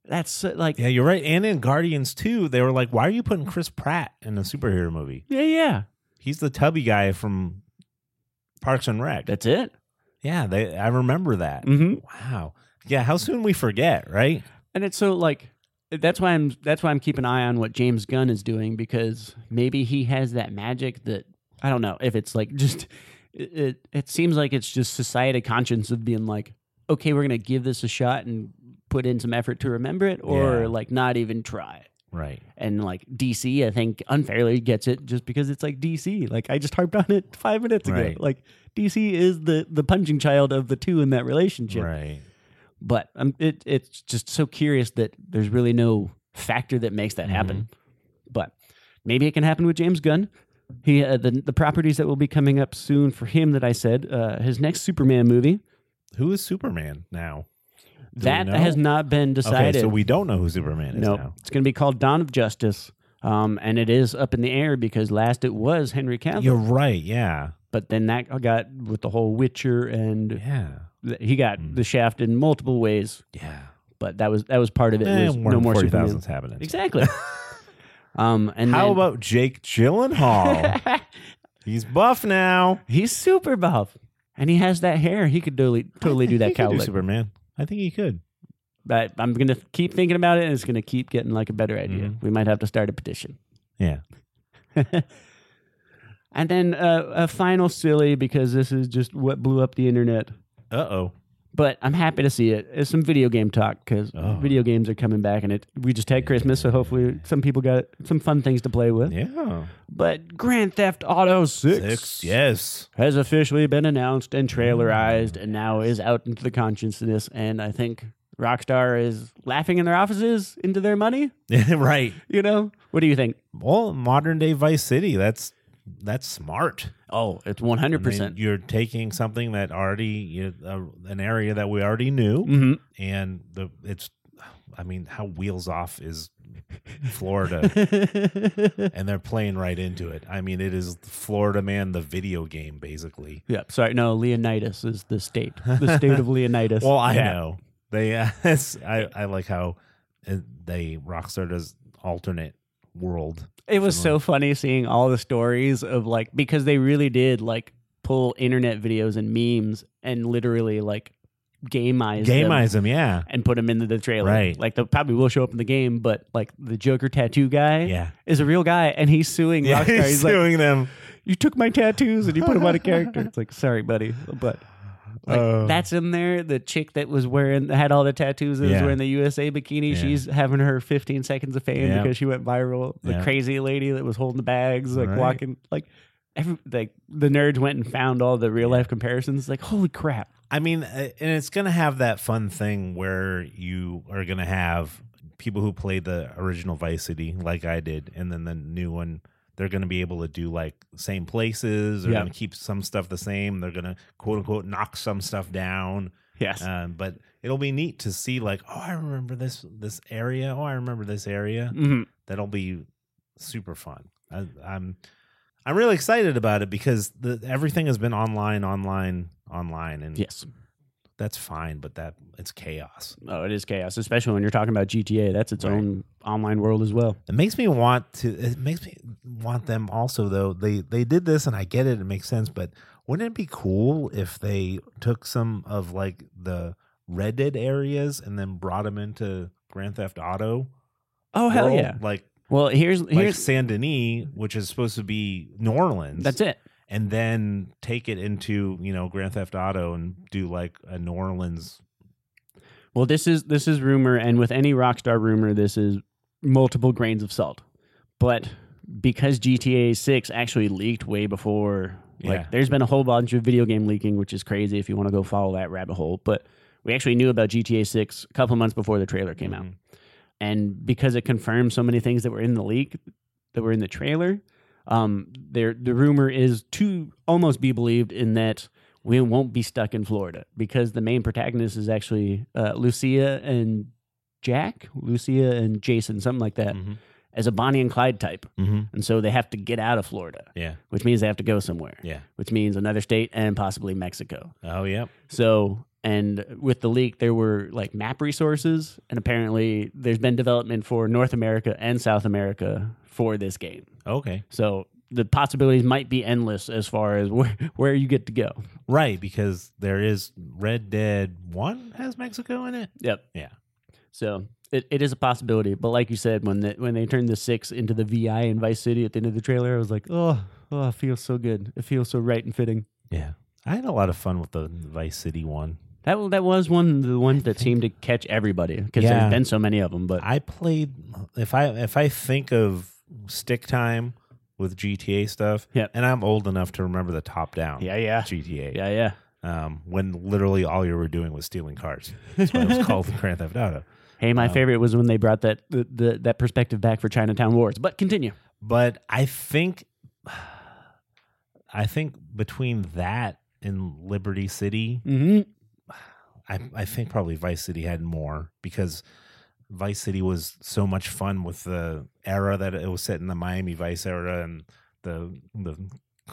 S4: That's uh, like
S3: Yeah, you're right. And in Guardians 2, they were like, why are you putting Chris Pratt in a superhero movie?
S4: yeah, yeah.
S3: He's the tubby guy from Parks and Rec.
S4: That's it.
S3: yeah, they I remember that.
S4: Mhm.
S3: Wow. Yeah, how soon we forget, right?
S4: And it's so like that's why I'm that's why I'm keeping an eye on what James Gunn is doing because maybe he has that magic that I don't know if it's like just it it, it seems like it's just society conscience of being like okay we're gonna give this a shot and put in some effort to remember it or
S3: Yeah.
S4: like not even try
S3: Right.
S4: and like DC I think unfairly gets it just because it's like DC like I just harped on it five minutes ago
S3: Right.
S4: like DC is the the punching child of the two in that relationship
S3: Right.
S4: but um, it it's just so curious that there's really no factor that makes that happen.
S3: Mm-hmm.
S4: But maybe it can happen with James Gunn. He uh, the the properties that will be coming up soon for him that I said uh, his next Superman movie
S3: Who is Superman now? we
S4: that
S3: know?
S4: has not been decided.
S3: Okay, so we don't know who Superman is
S4: no,
S3: now.
S4: it's going to be called Dawn of Justice. Um, and it is up in the air because last it was Henry Cavill,
S3: You're right. Yeah.
S4: but then that got with the whole Witcher, and
S3: Yeah.
S4: th- he got
S3: Mm.
S4: the shaft in multiple ways.
S3: Yeah.
S4: But that was that was part of it.
S3: Eh,
S4: was
S3: more
S4: no
S3: than
S4: more
S3: 40,000
S4: Superman.
S3: is happening.
S4: Exactly. um, and
S3: How
S4: then-
S3: about Jake Gyllenhaal? He's buff now.
S4: he's super buff, and he has that hair. He could totally totally do
S3: He
S4: that
S3: could
S4: cow
S3: do
S4: lick.
S3: Superman. I think he could.
S4: but I'm gonna keep thinking about it, and it's gonna keep getting like a better idea.
S3: Mm-hmm.
S4: We might have to start a petition.
S3: Yeah.
S4: And then uh, a final silly because this is just what blew up the internet.
S3: Uh oh.
S4: But I'm happy to see it. It's some video game talk because
S3: Oh.
S4: video games are coming back, and it we just had Christmas, so hopefully some people got some fun things to play with.
S3: Yeah.
S4: But Grand Theft Auto
S3: Six. Yes.
S4: has officially been announced and trailerized and now is out into the consciousness. And I think Rockstar is laughing in their offices into their money.
S3: right.
S4: You know, what do you think?
S3: Well, modern day Vice City. That's that's smart.
S4: Oh, it's 100%.
S3: I mean, you're taking something that already you, uh, an area that we already knew,
S4: Mhm.
S3: and the it's. I mean, how wheels off is Florida, and they're playing right into it. I mean, it is Florida Man, the video game, basically.
S4: yeah, sorry. No, Leonidas is the state. The state of Leonidas.
S3: Well, I
S4: Yeah.
S3: know they. Uh, it's- I I like how uh, they Rockstar does alternate world.
S4: It was so funny seeing all the stories of like because they really did like pull internet videos and memes and literally like gameize them
S3: Gameize them, yeah,
S4: and put them into the trailer.
S3: Right.
S4: Like they probably will show up in the game, but like the Joker tattoo guy
S3: yeah.
S4: is a real guy and he's suing
S3: Yeah,
S4: Rockstar. He's,
S3: he's
S4: like,
S3: suing them.
S4: you took my tattoos and you put them on a character. It's like, sorry, buddy, but. Like,
S3: Oh.
S4: that's in there. The chick that was wearing had all the tattoos and was
S3: Yeah.
S4: wearing the USA
S3: Yeah.
S4: bikini. She's having her 15 seconds of fame
S3: Yeah.
S4: because she went viral. The
S3: Yeah.
S4: crazy lady that was holding the bags, like
S3: Right.
S4: walking, like every, like the nerds went and found all the real life comparisons. Like, holy crap!
S3: I mean, uh, and it's going to have that fun thing where you are going to have people who played the original Vice City, like I did, and then the new one. They're going to be able to do like same places. They're
S4: Yeah.
S3: going to keep some stuff the same. They're going to quote unquote knock some stuff down.
S4: Yes,
S3: Um, but it'll be neat to see like, oh, I remember this this area. Oh, I remember this area.
S4: hmm
S3: That'll be super fun. I, I'm I'm really excited about it because the, everything has been online, online, online, and
S4: yes.
S3: that's fine. But that it's chaos.
S4: Oh, it is chaos, especially when you're talking about GTA. That's its
S3: Right.
S4: own online world as well.
S3: It makes me want to. It makes me want them also though. They they did this, and I get it. It makes sense. But wouldn't it be cool if they took some of like the Red Dead areas and then brought them into Grand Theft Auto?
S4: Oh hell
S3: world?
S4: yeah!
S3: Like
S4: Well, here's
S3: like
S4: here's
S3: Saint Denis, which is supposed to be New Orleans.
S4: that's it.
S3: and then take it into you know Grand Theft Auto and do like a New Orleans.
S4: Well, this is this is rumor, and with any Rockstar rumor, this is multiple grains of salt. But because GTA Six actually leaked way before,
S3: Yeah.
S4: like there's been a whole bunch of video game leaking, which is crazy if you want to go follow that rabbit hole. But we actually knew about GTA Six a couple months before the trailer came out,
S3: Mhm.
S4: and because it confirmed so many things that were in the leak, that were in the trailer, um, there the rumor is to almost be believed in that we won't be stuck in Florida because the main protagonist is actually uh, Lucia and Jack, Lucia and Jason, something like that,
S3: Mhm.
S4: as a Bonnie and Clyde type,
S3: Mhm.
S4: and so they have to get out of Florida,
S3: Yeah,
S4: which means they have to go somewhere,
S3: yeah.
S4: which means another state and possibly Mexico.
S3: Oh, yeah.
S4: So, and with the leak, there were like map resources, and apparently there's been development for North America and South America for this game.
S3: Okay,
S4: So the possibilities might be endless as far as where, where you get to go.
S3: right. Because there is Red Dead One has Mexico in it.
S4: Yep.
S3: Yeah.
S4: So it, it is a possibility, but like you said, when the, when they turned the six into the VI in Vice City at the end of the trailer, I was like, oh, oh, it feels so good. It feels so right and fitting.
S3: Yeah, I had a lot of fun with the Vice City one.
S4: That wa- that was one of the ones that seemed to catch everybody because
S3: Yeah.
S4: there's been so many of them. But
S3: I played if I if I think of stick time with GTA stuff,
S4: Yep.
S3: and I'm old enough to remember the top down
S4: yeah, yeah,
S3: GTA.
S4: yeah, yeah.
S3: Um, when literally all you were doing was stealing cars. That's why it was called Grand Theft Auto.
S4: Hey, my
S3: Um,
S4: favorite was when they brought that the, the that perspective back for Chinatown Wars. But continue.
S3: But I think I think between that and Liberty City,
S4: Mm-hmm.
S3: I, I think probably Vice City had more because Vice City was so much fun with the era that it was set in the Miami Vice era and the the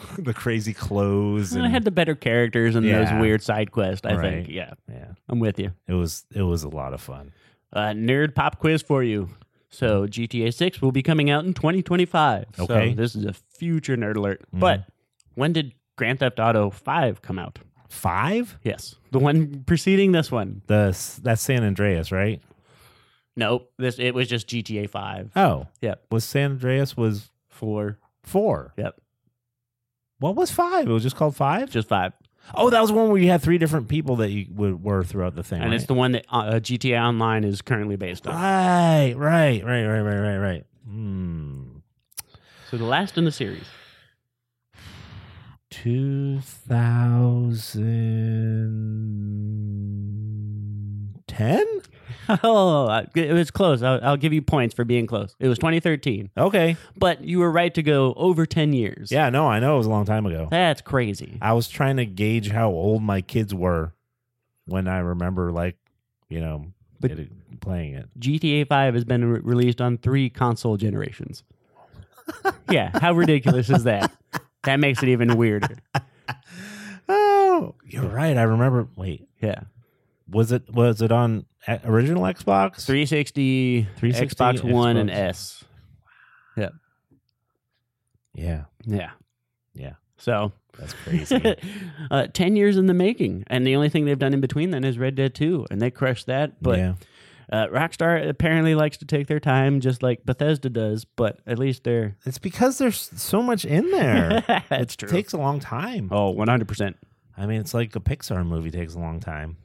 S3: the crazy clothes
S4: And
S3: and
S4: it had the better characters and
S3: Yeah.
S4: those weird side quests. I
S3: Right.
S4: think. Yeah,
S3: yeah
S4: I'm with you.
S3: it was it was a lot of fun
S4: uh, nerd pop quiz for you. So GTA 6 will be coming out in 2025.
S3: Okay. Mm-hmm.
S4: So this is a future nerd alert. But when did Grand Theft Auto 5 come out?
S3: five
S4: Yes. The one preceding this one.
S3: the s- that's San Andreas right
S4: Nope. This it was just GTA 5.
S3: oh
S4: Yep.
S3: was San Andreas was
S4: 4.
S3: four
S4: Yep.
S3: what was five it was just called five
S4: Just 5.
S3: oh that was one where you had three different people that you would were throughout the thing
S4: And it's
S3: right? Ah.
S4: the one that uh, GTA Online is currently based on.
S3: right right right right right right right hmm.
S4: So the last in the series.
S3: 2010?
S4: oh, I- it was close. I'll, I'll give you points for being close. It was 2013.
S3: Okay.
S4: But you were right to go over 10 years.
S3: Yeah, no, I know it was a long time ago.
S4: That's crazy.
S3: I was trying to gauge how old my kids were when I remember, like, you know,
S4: But-
S3: it- playing it.
S4: GTA 5 has been re- released on three console generations. yeah, how ridiculous is that? That makes it even weirder.
S3: Oh, you're right. I remember. Wait,
S4: Yeah.
S3: was it was it on a- original Xbox?
S4: 360,
S3: 360,
S4: Xbox, One, and
S3: Xbox.
S4: S.
S3: Yeah,
S4: Yeah.
S3: Yeah.
S4: So,
S3: that's crazy.
S4: uh, 10 years in the making. And the only thing they've done in between then is Red Dead 2, and they crushed that. But
S3: yeah,
S4: uh, Rockstar apparently likes to take their time, just like Bethesda does, but at least they're.
S3: it's because there's so much in there.
S4: That's true.
S3: it takes a long time.
S4: oh, 100%.
S3: I mean, it's like a Pixar movie takes a long time.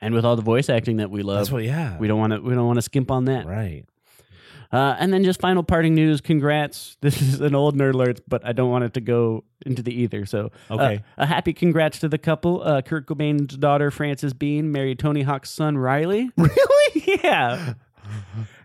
S4: And with all the voice acting that we love,
S3: That's what, yeah.
S4: we don't want to we don't want to skimp on that.
S3: right.
S4: Uh, and then just final parting news. Congrats. This is an old nerd alert, but I don't want it to go into the ether. So, uh,
S3: Okay.
S4: a happy congrats to the couple. Uh, Kurt Cobain's daughter, Frances Bean, married Tony Hawk's son, Riley. Really? yeah.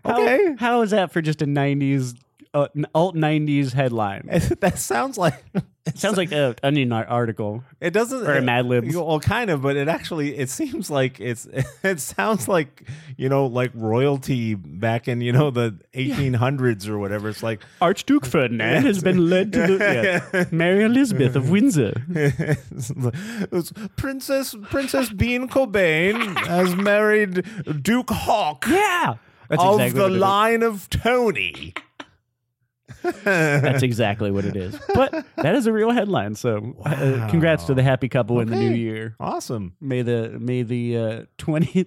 S4: How-
S3: Okay.
S4: how is that for just a 90s, uh, an alt 90s headline?
S3: that sounds like
S4: It sounds like an Onion ar- article.
S3: it doesn't
S4: Or a Mad Libs.
S3: You know, Well, kind of, but it actually it seems like it's it sounds like you know like royalty back in you know the 1800s or whatever. It's like
S4: Archduke Ferdinand has been led to the, yeah. Mary Elizabeth of Windsor.
S3: It's Princess Princess Bean Cobain has married Duke Hawk
S4: Yeah. That's
S3: of
S4: exactly
S3: the
S4: what it is.
S3: line of Tony.
S4: That's exactly what it is. But that is a real headline. So, uh, congrats to the happy couple in the new
S3: Okay.
S4: year.
S3: Awesome.
S4: May the may the uh, twenty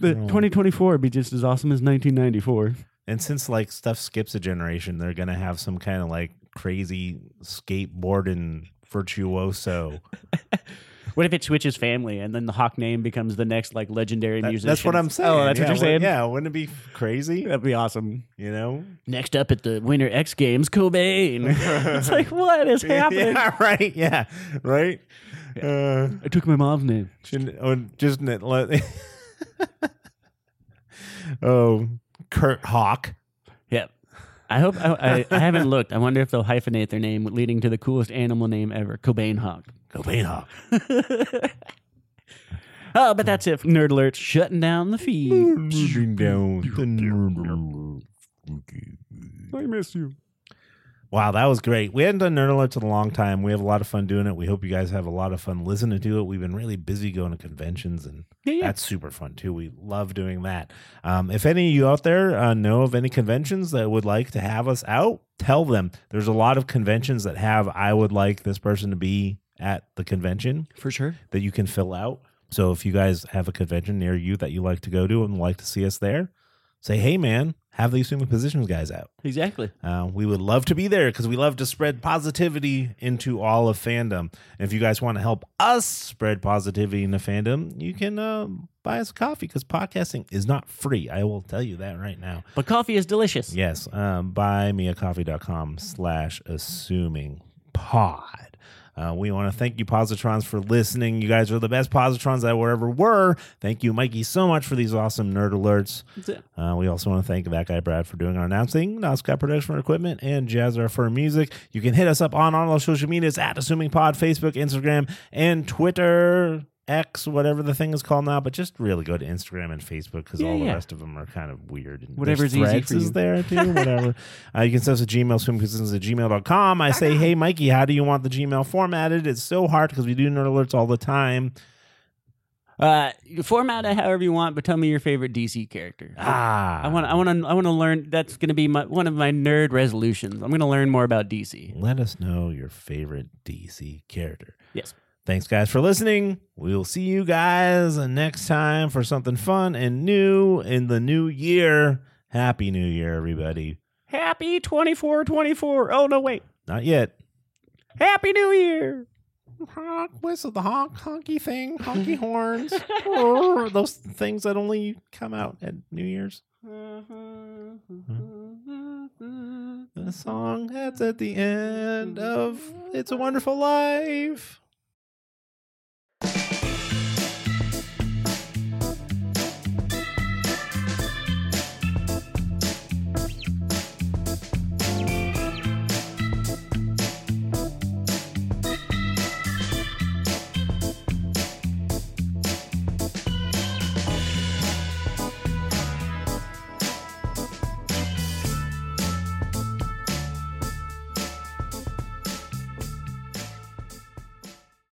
S4: the twenty twenty four be just as awesome as nineteen ninety four.
S3: And since like stuff skips a generation, they're gonna have some kind of like crazy skateboarding virtuoso.
S4: What if it switches family and then the Hawk name becomes the next like legendary
S3: That-
S4: musician?
S3: that's what I'm saying.
S4: Oh, that's
S3: yeah,
S4: what you're saying.
S3: wou- Yeah, wouldn't it be crazy?
S4: that'd be awesome.
S3: You know?
S4: Next up at the Winter X Games, Cobain. it's like what is happening?
S3: Yeah, right. Yeah, right. Uh,
S4: I took my mom's name.
S3: Shouldn't oh, just n- let oh Kurt Hawk.
S4: Yep. I hope I, I, I haven't looked. I wonder if they'll hyphenate their name, leading to the coolest animal name ever, Cobain Hawk.
S3: Cobain Hawk.
S4: Oh, but that's it. Nerd alert, shutting down the feed. I miss you.
S3: Wow, that was great. We hadn't done Nerd Alerts in a long time. We have a lot of fun doing it. We hope you guys have a lot of fun listening to it. We've been really busy going to conventions and
S4: Yeah, yeah.
S3: That's super fun too. We love doing that. Um, if any of you out there uh, know of any conventions that would like to have us out, tell them. There's a lot of conventions that have I would like this person to be at the convention
S4: For sure.
S3: that you can fill out. So if you guys have a convention near you that you like to go to and would like to see us there, say, hey man, have these human positions guys out.
S4: Exactly.
S3: Uh, we would love to be there because we love to spread positivity into all of fandom. And if you guys want to help us spread positivity into fandom, you can uh, buy us a coffee because podcasting is not free. I will tell you that right now.
S4: But coffee is delicious.
S3: Yes, um, buymeacoffee.com slash assuming pod. Uh, we want to thank you, Positrons, for listening. You guys are the best Positrons that were ever were. Thank you, Mikey, so much for these awesome nerd alerts.
S4: That's it.
S3: Uh, we also want to thank that guy Brad for doing our announcing, Noscott Production and Equipment, and Jazzar for music. You can hit us up on all our social medias at Assuming Pod, Facebook, Instagram, and Twitter. X, whatever the thing is called now, but just really go to Instagram and Facebook because
S4: Yeah,
S3: all the
S4: yeah.
S3: rest of them are kind of weird. And
S4: Whatever's
S3: there's
S4: easy
S3: Threads
S4: for
S3: is
S4: you.
S3: there too, whatever. uh, you can send us a Gmail, swimcusins at gmail.com. I say, hey, Mikey, how do you want the Gmail formatted? It's so hard because we do nerd alerts all the time.
S4: Uh, you format it however you want, but tell me your favorite DC character.
S3: Ah.
S4: I want. I want to. I want to learn. That's going to be my, one of my nerd resolutions. I'm going to learn more about DC.
S3: Let us know your favorite DC character.
S4: Yes.
S3: Thanks, guys, for listening. We will see you guys next time for something fun and new in the new year. Happy New Year, everybody.
S4: Happy 24, 24. Oh no, wait.
S3: Not yet.
S4: Happy New Year.
S3: Honk, whistle the honk, honky thing, honky horns. Roar, Those things that only come out at New Year's.
S4: 嗯
S3: The song that's at the end of It's a Wonderful Life.